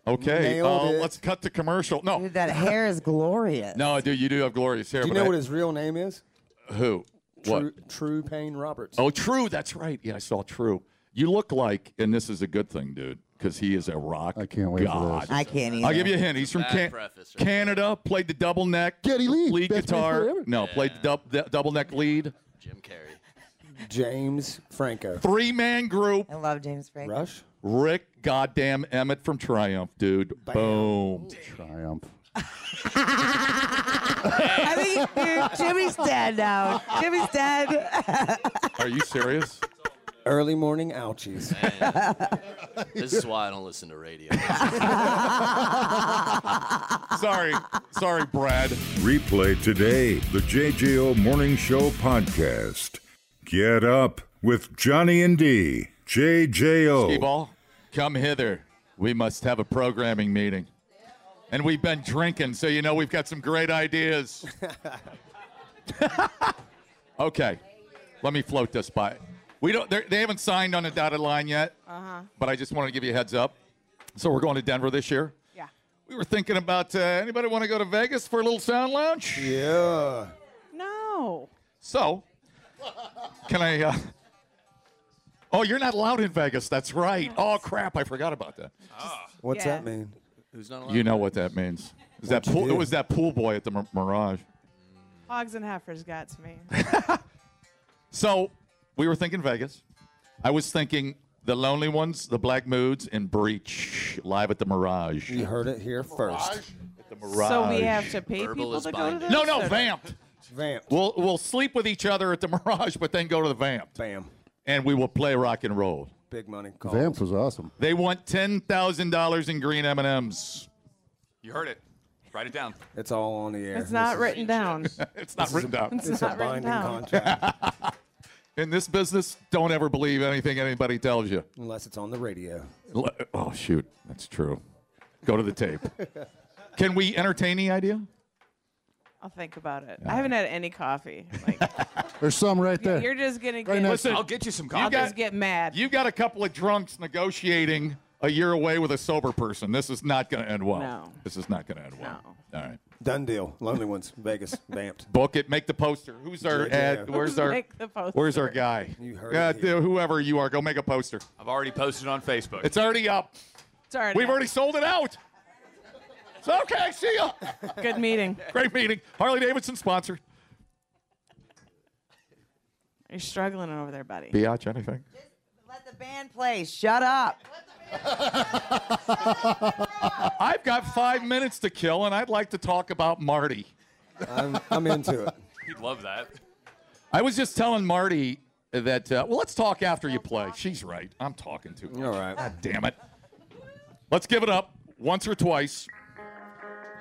Speaker 3: Okay.
Speaker 5: Nailed
Speaker 3: Uh,
Speaker 5: it.
Speaker 3: let's cut the commercial. No.
Speaker 2: Dude, that hair is glorious.
Speaker 3: No, dude, you do have glorious hair.
Speaker 5: Do you
Speaker 3: but
Speaker 5: know
Speaker 3: I-
Speaker 5: what his real name is?
Speaker 3: Who?
Speaker 5: True,
Speaker 3: What?
Speaker 5: True Payne Roberts.
Speaker 3: Oh, True. That's right. Yeah, I saw True. You look like, and this is a good thing, dude, because he is a rock.
Speaker 4: I can't wait for
Speaker 3: god.
Speaker 4: this.
Speaker 2: I can't either.
Speaker 3: I'll give you a hint. He's from
Speaker 10: Bad
Speaker 3: Can-
Speaker 10: preface right
Speaker 3: Canada. Played the double neck.
Speaker 4: Geddy Lee,
Speaker 3: Lead
Speaker 4: best bass player
Speaker 3: guitar.
Speaker 4: ever.
Speaker 3: No, played the dub- the double neck lead.
Speaker 10: Jim Carrey.
Speaker 5: James Franco.
Speaker 3: Three man group.
Speaker 2: I love James Franco.
Speaker 5: Rush.
Speaker 3: Rick goddamn Emmett from Triumph, dude. Boom.
Speaker 4: Triumph.
Speaker 2: I think dude, Jimmy's dead now. Jimmy's dead.
Speaker 3: Are you serious?
Speaker 5: Early morning ouchies.
Speaker 10: This is why I don't listen to radio.
Speaker 3: sorry. Sorry, Brad.
Speaker 1: Replay today the JJO Morning Show podcast. Get up with Johnny and D. JJO. Oh.
Speaker 3: T-ball, come hither. We must have a programming meeting. and we've been drinking, so you know we've got some great ideas. okay, let me float this by. We don't. they're- They haven't signed on a dotted line yet,
Speaker 2: Uh-huh.
Speaker 3: but I just wanted to give you a heads up. So we're going to Denver this year.
Speaker 2: *laughs* Yeah.
Speaker 3: We were thinking about uh, anybody want to go to Vegas for a little sound lounge? Yeah.
Speaker 2: No.
Speaker 3: So, can I? Uh, oh, you're not allowed in Vegas. That's right. Oh crap! I forgot about that.
Speaker 6: What's
Speaker 2: Yeah.
Speaker 6: that mean?
Speaker 11: Who's not
Speaker 3: You know what that means? Is that
Speaker 6: What'd you
Speaker 3: pool, it
Speaker 6: do?
Speaker 3: was that pool boy at the Mir- Mirage.
Speaker 2: Hogs and heifers got to me.
Speaker 3: So we were thinking Vegas. I was thinking the Lonely Ones, the Black Moods, and Breach live at the Mirage.
Speaker 6: You heard it here first.
Speaker 3: At the Mirage.
Speaker 2: So we have to pay
Speaker 11: Verbal
Speaker 2: people
Speaker 11: is
Speaker 2: to go to
Speaker 11: binding.
Speaker 2: this?
Speaker 3: No, no,
Speaker 2: or-
Speaker 3: vamped.
Speaker 6: Vamp.
Speaker 3: We'll we'll sleep with each other at the *laughs* Mirage, but then go to the Vamp,
Speaker 6: Bam.
Speaker 3: and we will play rock and roll.
Speaker 6: Big money call.
Speaker 4: Vamps was awesome.
Speaker 3: They want ten thousand dollars in green M and M's.
Speaker 9: *laughs*
Speaker 3: *laughs*
Speaker 9: You heard it. Write it down.
Speaker 6: It's all on the air.
Speaker 2: It's not
Speaker 6: This is-
Speaker 2: written down.
Speaker 3: *laughs* It's not written down.
Speaker 2: It's,
Speaker 6: It's a
Speaker 2: not written
Speaker 6: binding
Speaker 2: down.
Speaker 6: contract
Speaker 3: In this business, don't ever believe anything anybody tells you.
Speaker 6: unless it's on the radio.
Speaker 3: Le- Oh shoot, that's true. Go to the
Speaker 6: *laughs*
Speaker 3: tape. Can we entertain the idea?
Speaker 2: I'll think about it. I haven't had any coffee. Like,
Speaker 4: There's some right there.
Speaker 2: you're just gonna
Speaker 4: Right
Speaker 2: get.
Speaker 4: next-
Speaker 9: I'll get you some
Speaker 2: I'll
Speaker 9: coffee.
Speaker 2: just get mad.
Speaker 3: You got a couple of drunks negotiating a year away with a sober person. This is not going to end well.
Speaker 2: No.
Speaker 3: This is not going to end well. All right.
Speaker 6: Done deal. Lonely ones. Vegas. Vamped.
Speaker 3: Book it. Make the poster. Who's our
Speaker 6: Yeah.
Speaker 3: ad? Where's our?
Speaker 2: Make the poster.
Speaker 3: Where's our guy?
Speaker 6: You heard
Speaker 3: Uh,
Speaker 6: it here.
Speaker 3: dude, whoever you are, go make a poster.
Speaker 9: I've already posted on Facebook.
Speaker 3: It's already up.
Speaker 2: It's already
Speaker 3: We've already sold it out. It's okay. See ya.
Speaker 2: good meeting.
Speaker 3: Great meeting. Harley Davidson sponsored.
Speaker 2: You're struggling over there, buddy.
Speaker 3: Biatch, anything?
Speaker 12: Let the band play. Shut up.
Speaker 3: I've got five minutes to kill, and I'd like to talk about Marty.
Speaker 6: I'm, I'm into it.
Speaker 9: He'd love that.
Speaker 3: I was just telling Marty that, uh, well, let's talk after you play. She's right. I'm talking too much.
Speaker 6: All right.
Speaker 3: God damn it. Let's give it up once or twice.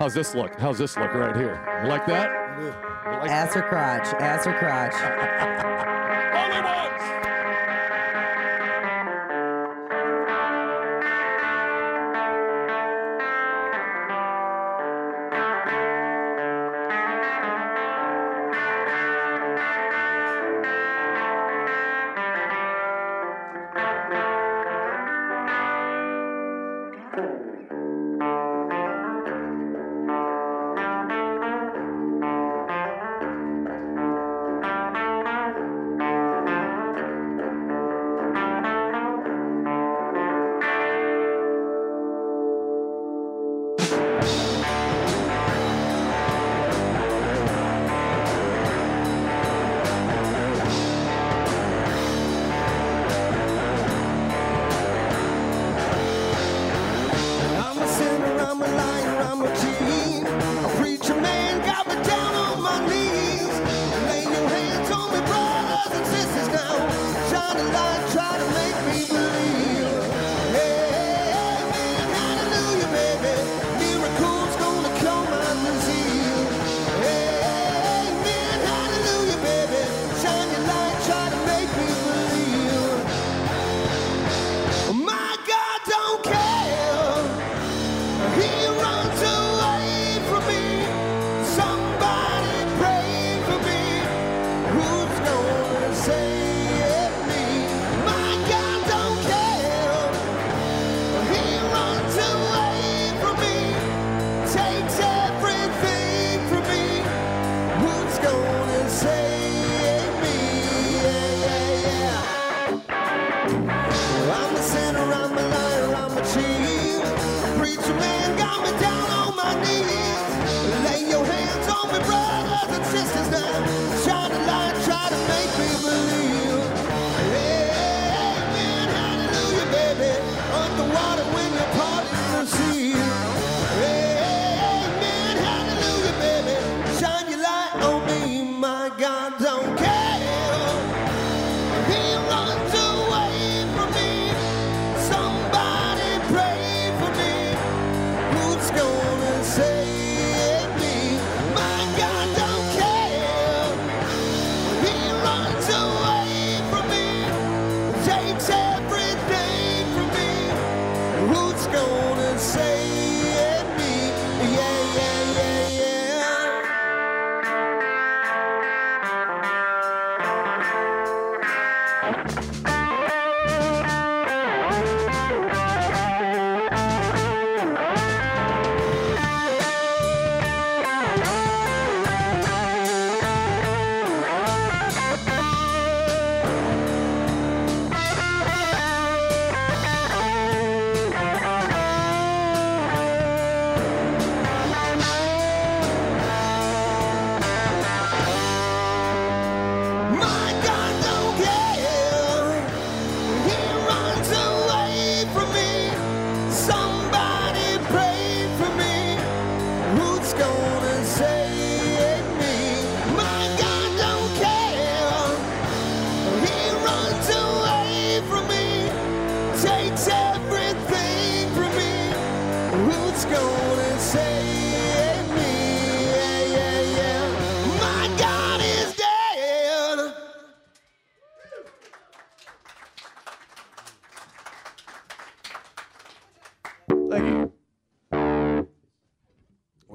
Speaker 3: How's this look? How's this look right here? You like that? You like
Speaker 12: Ass or crotch. Ass or
Speaker 2: *laughs*
Speaker 12: crotch.
Speaker 3: Only once!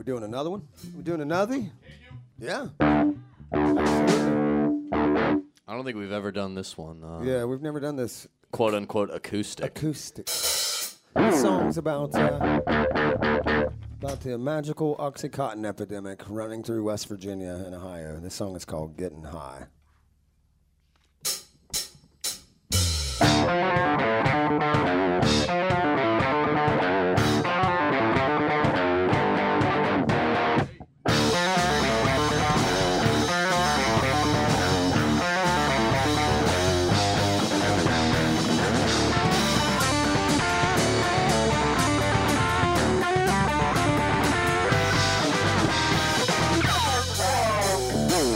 Speaker 6: doing another one? We're doing another? Yeah.
Speaker 13: I don't think we've ever done this one. Uh,
Speaker 6: Yeah, we've never done this.
Speaker 13: Quote unquote acoustic.
Speaker 6: Acoustic. This song's about uh, about the magical oxycontin epidemic running through West Virginia and Ohio. This song is called "Getting High."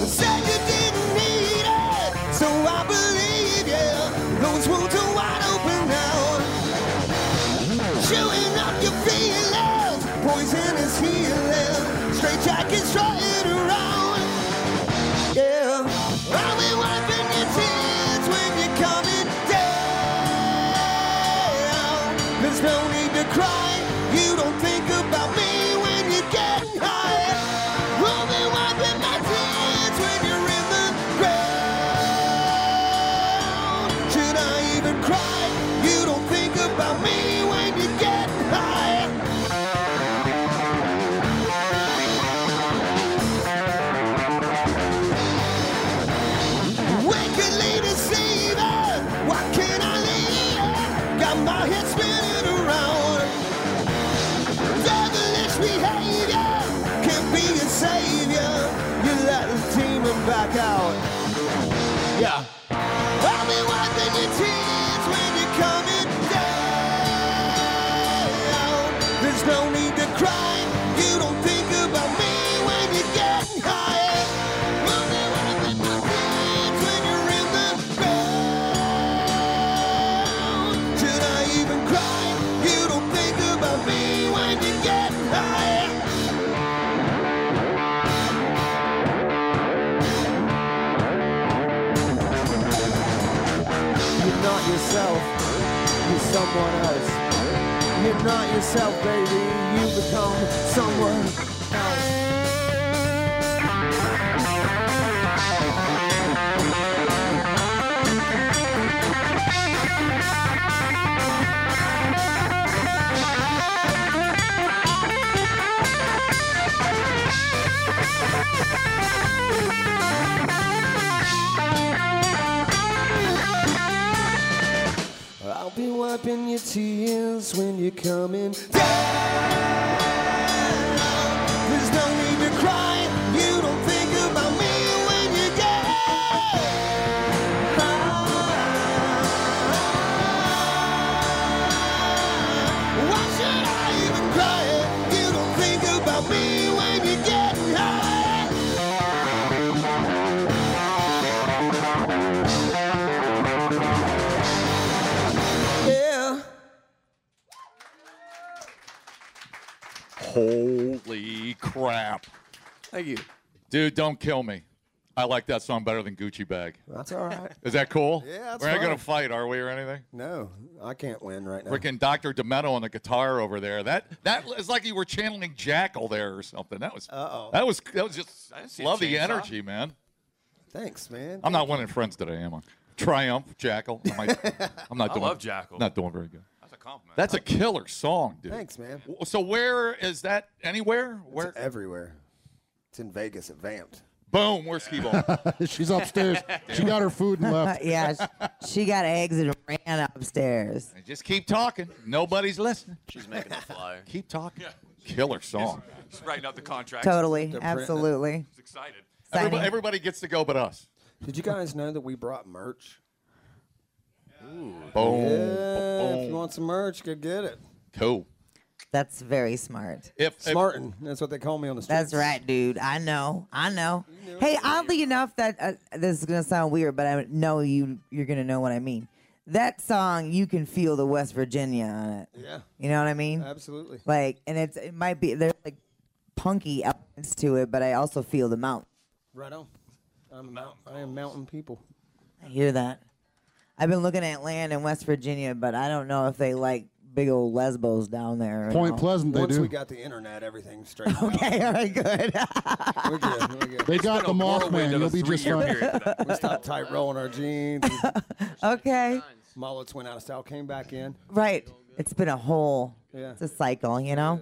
Speaker 7: Said you didn't need it, so I believe you. Those wounds are wide open now. Chewing up your feelings, poison is healing. Straight jackets strutting around. Yeah, I'll be wiping your tears when you're coming down. There's no need to cry. You don't think about me when you get high. I'll be wiping my tears when you're in the ground. Should I even cry? You don't think about me when you get high. Wickedly deceiver, why can't I leave? Got my head spinning around. Devilish behavior can't be a savior. You let the demon back out. Yeah. I'll be wiping your tears when you're coming down. There's no need to cry. You don't think about me when you get high. I'll be wiping my tears when you're in the ground. Should I even cry? You don't think about me when you get high.
Speaker 6: You're not yourself. You're someone else. You're not yourself, baby. You become someone else.
Speaker 7: I'll be wiping your tears when you're coming down. There's no need to cry. You don't think about me when you get high. Why should I even cry? You don't think about me when you get high. Yeah.
Speaker 3: Holy crap. Thank you. Dude, don't kill me. I like that song better than Gucci Bag.
Speaker 6: That's all right.
Speaker 3: Is that cool?
Speaker 6: Yeah, that's
Speaker 3: We're not going
Speaker 6: fine.
Speaker 3: to fight, are we, or anything?
Speaker 6: No, I can't win right now.
Speaker 3: Freaking Dr. Demento on the guitar over there. That that is like you were channeling Jackal there or something. That was
Speaker 6: Uh-oh.
Speaker 3: that was that was just
Speaker 6: I see a
Speaker 3: love the
Speaker 6: chainsaw.
Speaker 3: energy, man.
Speaker 6: Thanks, man.
Speaker 3: I'm not winning friends today, am I? Triumph, Jackal. Am I,
Speaker 6: *laughs*
Speaker 3: am not
Speaker 6: I
Speaker 3: doing.
Speaker 6: love Jackal.
Speaker 3: Not doing very good.
Speaker 6: That's a compliment.
Speaker 10: *laughs*
Speaker 3: That's a killer song, dude.
Speaker 6: Thanks, man.
Speaker 3: W- So where is that? Anywhere? Where?
Speaker 6: everywhere. It's in Vegas at Vamped.
Speaker 3: Boom. Where's Ski
Speaker 6: *laughs*
Speaker 3: Ball?
Speaker 4: *laughs* She's upstairs. She got her food and
Speaker 2: *laughs*
Speaker 4: left.
Speaker 2: yeah, sh- she got eggs and ran upstairs.
Speaker 3: Just keep talking. Nobody's listening.
Speaker 9: She's making the flyer.
Speaker 3: Keep talking. Killer song.
Speaker 9: *laughs* She's writing out the contract.
Speaker 2: Totally, absolutely.
Speaker 9: She's excited.
Speaker 3: Everybody, everybody gets to go but us.
Speaker 6: Did you guys know that we brought merch? Ooh.
Speaker 3: Boom,
Speaker 6: Yeah, if
Speaker 3: boom.
Speaker 6: you want some merch, go get it.
Speaker 3: Cool.
Speaker 2: That's very smart.
Speaker 3: If
Speaker 6: Smartin, that's what they call me on the street.
Speaker 2: That's right, dude. I know. I know. Hey, oddly enough, that uh, this is gonna sound weird, but I know you. You're gonna know what I mean. That song, you can feel the West Virginia on it.
Speaker 6: Yeah.
Speaker 2: You know what I mean?
Speaker 6: Absolutely.
Speaker 2: Like, and it's it might be there's like punky elements to it, but I also feel the mountain.
Speaker 6: Right on. I'm mount, I am mountain people.
Speaker 2: I hear that. I've been looking at land in West Virginia, but I don't know if they like big old lesbos down there. and all. *laughs*
Speaker 6: Once we got the internet, everything straight.
Speaker 2: Okay, all right, good. *laughs*
Speaker 6: we're good. We're good.
Speaker 2: They It's got been the a Mothman, whirlwind of a you'll be just three-year fine. period for
Speaker 10: *laughs*
Speaker 2: that. *laughs*
Speaker 6: we stopped tight rolling our jeans.
Speaker 2: okay.
Speaker 6: Mullets went out of style, came back in.
Speaker 2: Right. It's been a whole.
Speaker 6: Yeah.
Speaker 2: It's a cycle, you know.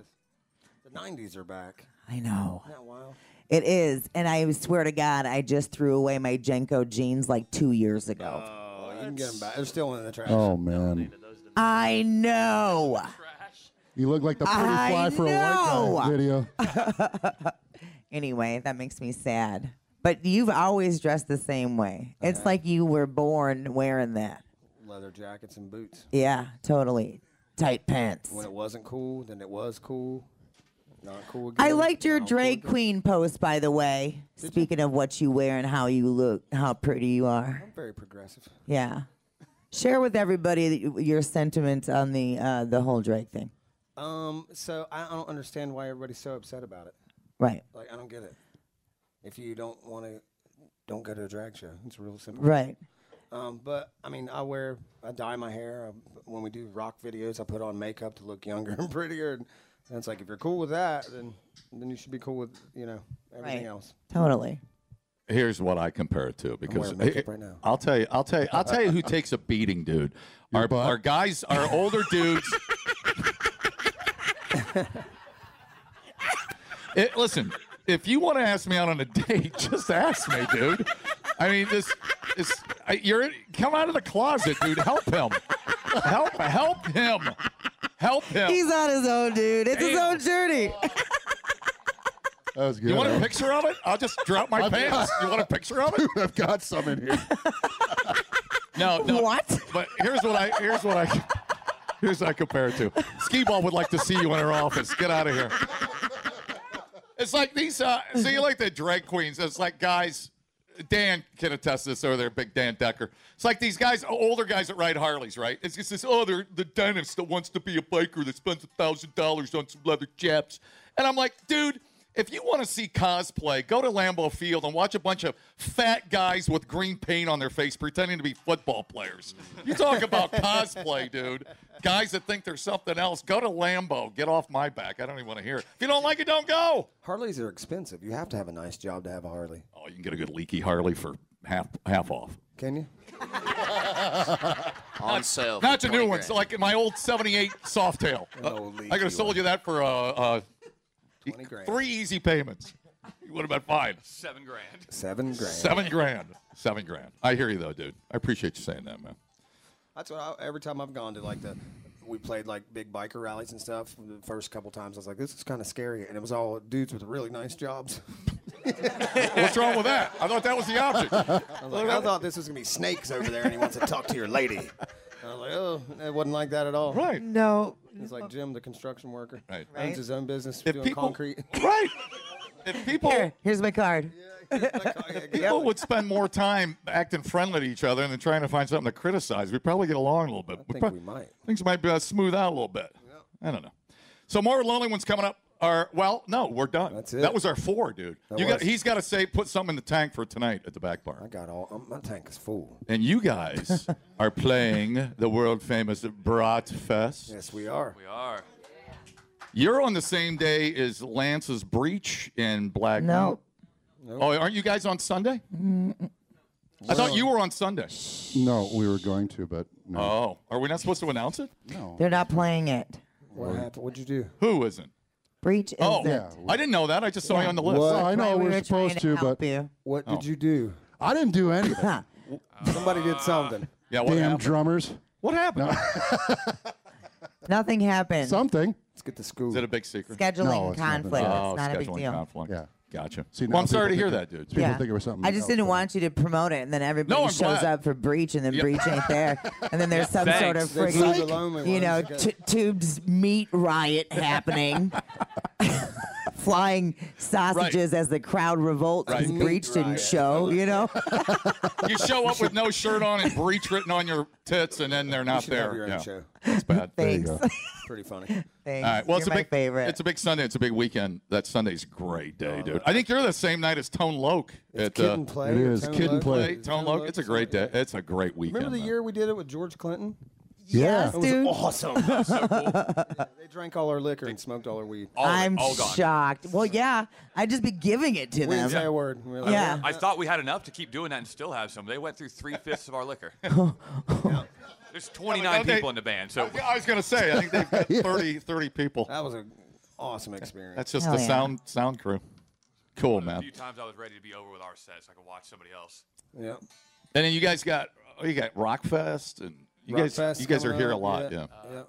Speaker 6: The '90s are back.
Speaker 2: I know.
Speaker 6: Isn't that wild?
Speaker 2: It is, and I swear to God, I just threw away my Jenko jeans like two years ago.
Speaker 6: Oh, you can get them back. They're still in the trash.
Speaker 4: Oh man,
Speaker 2: I know.
Speaker 4: you look like the pretty
Speaker 2: I
Speaker 4: fly for a white guy
Speaker 2: know.
Speaker 4: video.
Speaker 2: Anyway, that makes me sad. But you've always dressed the same way. It's like you were born wearing that.
Speaker 6: Leather jackets and boots.
Speaker 2: Yeah, totally. Tight pants.
Speaker 6: When it wasn't cool, then it was cool. Not cool again.
Speaker 2: I liked your drag queen post, by the way. Speaking of what you wear and how you look, how pretty you are.
Speaker 6: I'm very progressive.
Speaker 2: Yeah. Share with everybody that you- your sentiments on the uh, the whole Drake thing.
Speaker 6: Um, so I I don't understand why everybody's so upset about it.
Speaker 2: Right.
Speaker 6: Like I don't get it. If you don't want to, don't go to a drag show. It's real simple.
Speaker 2: Right.
Speaker 6: Um, but I mean, I wear, I dye my hair. I, when we do rock videos, I put on makeup to look younger *laughs* and prettier. And, and it's like if you're cool with that, then then you should be cool with you know everything else.
Speaker 2: Totally.
Speaker 3: Here's what I compare it to because
Speaker 6: wearing makeup right now.
Speaker 3: I'll tell you, I'll tell you, I'll tell you who takes a beating, *laughs* dude. Our, our guys, our older dudes. *laughs* It- listen, if you want to ask me out on a date, *laughs* just ask me, dude. I mean, this is you're come out of the closet, dude. Help him. Help, help him. Help him.
Speaker 2: He's on his own, dude. It's his own journey. *laughs*
Speaker 4: That was good.
Speaker 3: You want
Speaker 4: huh?
Speaker 3: a picture of it? I'll just drop my
Speaker 4: I've got-
Speaker 3: pants. You want a picture of *laughs* it?
Speaker 4: *laughs* I've got some in
Speaker 2: *laughs*
Speaker 4: here.
Speaker 3: No, no.
Speaker 2: What?
Speaker 3: But here's what I here's what I here's what I compare it to. Ski ball would like to see you in her office. Get out of here. It's like these. Uh, so you like the drag queens? It's like guys. Dan can attest to this over there, Big Dan Decker. It's like these guys, older guys that ride Harleys, right? It's just this, oh, they're the dentist that wants to be a biker that spends a thousand dollars on some leather chaps. And I'm like, dude, if you want to see cosplay, go to Lambeau Field and watch a bunch of fat guys with green paint on their face pretending to be football players. You talk about cosplay, dude. Guys that think they're something else, go to Lambeau. Get off my back. I don't even want to hear it. If you don't like it, don't go.
Speaker 6: Harleys are expensive. You have to have a nice job to have a Harley.
Speaker 3: Oh, you can get a good leaky Harley for half half off.
Speaker 6: Can you?
Speaker 14: On
Speaker 6: Oh,
Speaker 14: sale.
Speaker 3: That's a new one. It's like my old 78 Softail.
Speaker 6: *laughs*
Speaker 3: Uh, I could have sold you that for uh, uh, three easy payments. You would have been fine.
Speaker 9: Seven grand.
Speaker 6: Seven grand.
Speaker 3: Seven grand. Seven grand. I hear you, though, dude. I appreciate you saying that,
Speaker 6: *laughs*
Speaker 3: man.
Speaker 6: That's what I, every time I've gone to like the, we played like big biker rallies and stuff. The first couple times I was like, this is kind of scary, and it was all dudes with really nice jobs. *laughs*
Speaker 3: What's wrong with that? I thought that was the option.
Speaker 6: *laughs* I, was like, I thought this was gonna be snakes over there, and he wants to talk to your lady. And *laughs* I was like, oh, it wasn't like that at all.
Speaker 3: Right.
Speaker 2: No.
Speaker 6: It's like Jim, the construction worker,
Speaker 3: Right.
Speaker 6: owns his own business doing
Speaker 3: people- *laughs*
Speaker 6: concrete.
Speaker 3: Right. If people
Speaker 2: Here's my card.
Speaker 3: if *laughs* people would spend more time acting friendly to each other and then trying to find something to criticize, we'd probably get along a little bit.
Speaker 6: I think
Speaker 3: prob-
Speaker 6: we might.
Speaker 3: Things might uh, smooth out a little bit. I don't know. So more lonely ones coming up. Are well, no, we're done. That's
Speaker 6: it.
Speaker 3: That was our four, dude.
Speaker 6: That
Speaker 3: you got.
Speaker 6: was.
Speaker 3: He's got to say, put something in the tank for tonight at the back bar.
Speaker 6: I got all. um, my tank is full.
Speaker 3: And you
Speaker 6: *laughs*
Speaker 3: guys are playing the world famous Bratfest.
Speaker 6: Yes, we are.
Speaker 9: We are.
Speaker 3: You're on the same day as Lance's Breach and Black.
Speaker 2: No.
Speaker 3: Mountain. Oh, aren't you guys on Sunday? I thought you were on Sunday.
Speaker 4: No, we were going to, but no.
Speaker 3: Oh, are we not supposed to announce it?
Speaker 2: They're not playing it.
Speaker 6: What happened? What'd you do?
Speaker 3: Who isn't?
Speaker 2: Breach is
Speaker 3: Oh,
Speaker 2: it.
Speaker 3: I didn't know that. I just saw you on the list.
Speaker 4: Well, I know
Speaker 2: we
Speaker 4: we
Speaker 2: were
Speaker 4: are supposed
Speaker 2: trying to
Speaker 4: to,
Speaker 2: help
Speaker 4: but
Speaker 2: you.
Speaker 6: What
Speaker 3: Oh.
Speaker 6: did you do?
Speaker 4: I didn't
Speaker 3: *laughs*
Speaker 4: do anything.
Speaker 6: Somebody did something.
Speaker 3: Yeah, what
Speaker 4: Damn
Speaker 3: happened?
Speaker 4: drummers.
Speaker 3: What happened?
Speaker 2: Nothing happened.
Speaker 4: Something.
Speaker 6: Let's get to school.
Speaker 3: Is it a big secret?
Speaker 2: scheduling
Speaker 4: No, it's nothing.
Speaker 2: conflict.
Speaker 3: oh,
Speaker 2: it's not a big
Speaker 3: scheduling
Speaker 2: deal.
Speaker 3: conflict.
Speaker 4: Yeah.
Speaker 3: Gotcha.
Speaker 4: See, now
Speaker 3: well, I'm sorry to
Speaker 4: people
Speaker 3: hear that,
Speaker 4: think-
Speaker 3: dude.
Speaker 4: People think it was something.
Speaker 2: I just
Speaker 4: else,
Speaker 2: didn't
Speaker 4: but-
Speaker 2: want you to promote it, and then everybody
Speaker 3: I'm
Speaker 2: shows
Speaker 3: glad.
Speaker 2: up for breach, and then
Speaker 3: Yeah.
Speaker 2: breach ain't
Speaker 3: *laughs*
Speaker 2: there, and then there's some sort of
Speaker 9: Thanks.
Speaker 6: They blew the
Speaker 2: freaking,
Speaker 6: lonely
Speaker 2: you
Speaker 6: ones
Speaker 2: know,
Speaker 6: together.
Speaker 2: t- tubes meat riot
Speaker 3: *laughs*
Speaker 2: happening, flying sausages as the crowd revolts. 'cause
Speaker 3: Right. Meat
Speaker 2: Breach didn't
Speaker 6: riot.
Speaker 2: show, you
Speaker 3: *laughs*
Speaker 2: know.
Speaker 3: You show up with no shirt on and breach written on your tits, and then they're
Speaker 6: You
Speaker 3: not
Speaker 6: should have
Speaker 3: there.
Speaker 6: your own
Speaker 3: Yeah,
Speaker 6: show.
Speaker 3: it's bad.
Speaker 2: Thanks.
Speaker 6: Pretty funny.
Speaker 2: Thanks.
Speaker 3: All right.
Speaker 2: You're
Speaker 3: Well, it's a
Speaker 2: my
Speaker 3: big
Speaker 2: favorite.
Speaker 3: It's a big Sunday. It's a big weekend. That Sunday's a great day, dude. I think you're the same night as Tone Loke at uh,
Speaker 6: Kid and play.
Speaker 4: it
Speaker 6: or
Speaker 4: is
Speaker 6: Tone
Speaker 4: Kid and
Speaker 6: Loc.
Speaker 4: Play.
Speaker 3: Hey, Tone Loke. It's a great day. It's a great weekend.
Speaker 6: Remember the
Speaker 3: man.
Speaker 6: year we did it with George Clinton?
Speaker 2: Yes,
Speaker 5: It was
Speaker 2: dude.
Speaker 5: awesome. That was so cool. Yeah,
Speaker 2: *laughs*
Speaker 5: they drank all our liquor and smoked all our weed.
Speaker 2: I'm shocked. Well, yeah, I'd just be giving it to
Speaker 5: We
Speaker 2: them.
Speaker 5: didn't say a word. We were like,
Speaker 2: Yeah.
Speaker 9: I thought we had enough to keep doing that and still have some. They went through three fifths of our liquor. There's 29
Speaker 3: they-
Speaker 9: people in the band, so
Speaker 3: I was gonna say, I think they've *laughs* got 30, 30 people.
Speaker 5: That was an awesome experience.
Speaker 3: That's just
Speaker 9: Hell
Speaker 3: the
Speaker 9: yeah.
Speaker 3: sound sound crew. Cool,
Speaker 9: a
Speaker 3: man.
Speaker 9: few times I was ready to be over with our set so I could watch somebody else.
Speaker 5: Yeah.
Speaker 3: And then you guys got oh, you got Rockfest and you guys
Speaker 5: Rockfest
Speaker 3: you guys are
Speaker 5: coming
Speaker 3: here a
Speaker 5: up,
Speaker 3: lot, yeah.
Speaker 5: yeah. yeah.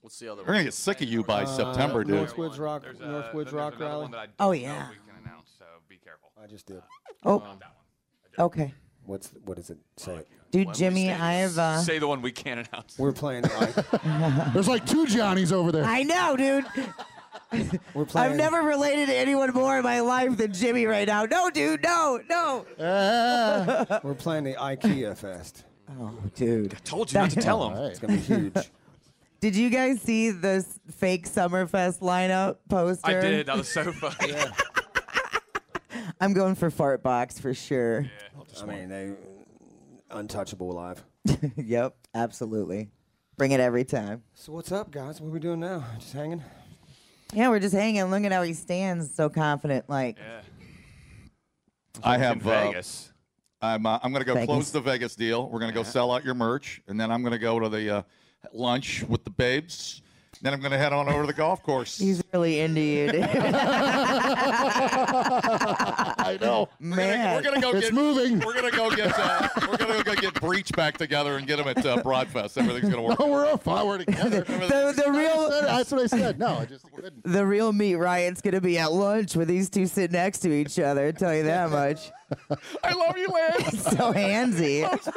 Speaker 9: What's the other
Speaker 3: We're gonna get sick of you by September, dude.
Speaker 5: Northwoods Rock,
Speaker 9: uh,
Speaker 5: Northwoods Rock Rally.
Speaker 2: Oh, yeah.
Speaker 5: I just did.
Speaker 2: Oh.
Speaker 9: Um,
Speaker 2: Okay.
Speaker 5: What's what is it? Say it.
Speaker 2: Dude, Jimmy, I have. Uh,
Speaker 9: Say the one we can't announce.
Speaker 5: We're playing
Speaker 2: *laughs*
Speaker 5: live.
Speaker 4: There's like two Johnnies over there.
Speaker 2: I know, dude.
Speaker 5: We're
Speaker 2: I've
Speaker 5: playing.
Speaker 2: never related to anyone more in my life than Jimmy right now. No, dude, no, no.
Speaker 5: we're playing the IKEA Fest.
Speaker 2: Oh, dude! I
Speaker 9: told
Speaker 2: you not to tell 'em.
Speaker 5: It's gonna be
Speaker 3: *laughs*
Speaker 5: huge.
Speaker 2: Did you guys see this fake Summerfest lineup
Speaker 9: I
Speaker 2: poster?
Speaker 9: did. That was so
Speaker 2: *laughs*
Speaker 9: funny.
Speaker 2: I'm going for fart box for sure.
Speaker 5: I mean, they untouchable live.
Speaker 2: yep, absolutely. Bring it every time.
Speaker 5: So what's up, guys? What are we doing now? Just hanging.
Speaker 2: Yeah, we're just hanging. Look at how he stands, so confident. Like,
Speaker 3: I have
Speaker 9: in Vegas.
Speaker 3: Uh, I'm uh, I'm gonna go
Speaker 2: Vegas.
Speaker 3: close the Vegas deal. We're gonna go sell out your merch, and then I'm gonna go to the uh, lunch with the babes. Then I'm gonna head on over to the golf course.
Speaker 2: he's really into you, dude.
Speaker 3: I know.
Speaker 2: Man,
Speaker 3: we're gonna go
Speaker 2: it's
Speaker 3: get,
Speaker 2: moving.
Speaker 3: We're gonna go get uh, we're gonna go get Breach back together and get him at uh, Broadfest. Everything's gonna work.
Speaker 4: No, *laughs* we're up. Oh,
Speaker 2: *laughs*
Speaker 4: We're
Speaker 2: *laughs*
Speaker 4: together.
Speaker 2: the, the real
Speaker 4: That's what I said. No,
Speaker 2: *laughs*
Speaker 4: I just
Speaker 2: the real meat riot's gonna be at lunch with these two sit next to each other. I tell you that much.
Speaker 3: *laughs* I love you,
Speaker 2: *laughs*
Speaker 3: Lance.
Speaker 2: so handsy.
Speaker 3: *laughs*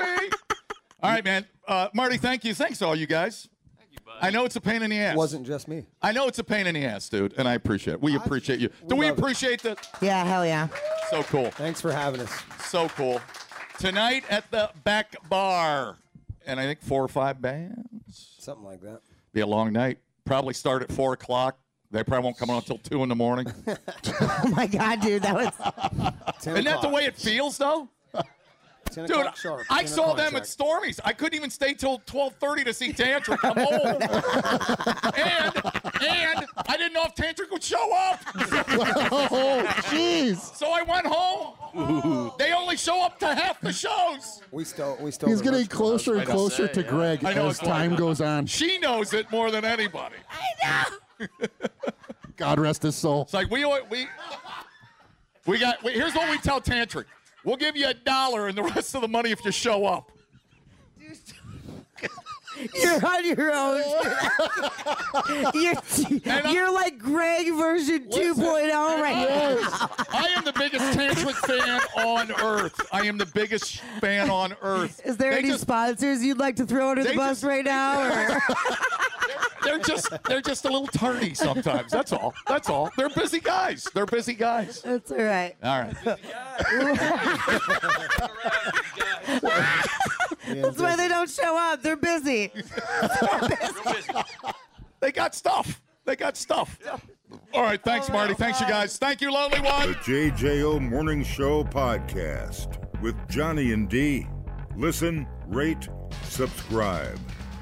Speaker 3: All right, man. Uh, Marty, thank you. Thanks to all you guys. Thank you, bud. I know it's a pain in the ass.
Speaker 5: Wasn't just me.
Speaker 3: I know it's a pain in the ass, dude, and I appreciate it. We appreciate you. Do we
Speaker 5: love it.
Speaker 3: appreciate that?
Speaker 2: Yeah, hell yeah.
Speaker 3: So cool.
Speaker 5: Thanks for having us.
Speaker 3: So cool. Tonight at the back bar, and I think four or five bands.
Speaker 5: Something like that.
Speaker 3: Be a long night. Probably start at four o'clock. They probably won't come on until two in
Speaker 5: *laughs*
Speaker 3: the morning.
Speaker 2: Oh my god, dude, that was.
Speaker 3: Isn't that the way it feels, though?
Speaker 5: Ten
Speaker 3: Dude,
Speaker 5: o'clock sharp.
Speaker 3: I
Speaker 5: Ten
Speaker 3: saw
Speaker 5: o'clock
Speaker 3: them
Speaker 5: sharp.
Speaker 3: at Stormy's. I couldn't even stay till 12:30 to see Tantric. I'm old.
Speaker 5: *laughs*
Speaker 3: and and I didn't know if Tantric would show up.
Speaker 4: Oh, jeez.
Speaker 3: So I went home. They only show up to half the shows.
Speaker 5: We stole. We stole.
Speaker 4: He's
Speaker 5: the
Speaker 4: getting
Speaker 5: merch.
Speaker 4: closer and
Speaker 3: I was gonna
Speaker 4: closer
Speaker 3: say,
Speaker 4: to
Speaker 3: yeah.
Speaker 4: Greg
Speaker 3: I know
Speaker 4: as
Speaker 3: it's like-
Speaker 4: time goes on.
Speaker 3: She knows it more than anybody.
Speaker 4: God rest his soul.
Speaker 3: It's like we we we got. We, here's what we tell Tantric: We'll give you a dollar and the rest of the money if you show up.
Speaker 2: You're on your
Speaker 3: *laughs*
Speaker 2: own. you're,
Speaker 3: And I-
Speaker 2: you're like Greg version 2.0 right now.
Speaker 3: I am the biggest Tantric fan on earth. I am the biggest fan on earth.
Speaker 2: Is there
Speaker 3: They
Speaker 2: any
Speaker 3: just-
Speaker 2: sponsors you'd like to throw under the
Speaker 3: they
Speaker 2: bus
Speaker 3: just-
Speaker 2: right
Speaker 3: *laughs*
Speaker 2: now? Or?
Speaker 3: They're just they're just a little tardy sometimes. That's all. That's all. They're busy guys. They're busy guys.
Speaker 2: That's all right.
Speaker 3: All right.
Speaker 5: Yeah,
Speaker 2: That's why they don't show up. They're busy.
Speaker 3: They got stuff. They got stuff. All right. Thanks, Marty. Thanks, you guys. Thank you, lonely
Speaker 1: The
Speaker 3: one.
Speaker 1: JJO Morning Show podcast with Johnny and D. Listen, rate, subscribe.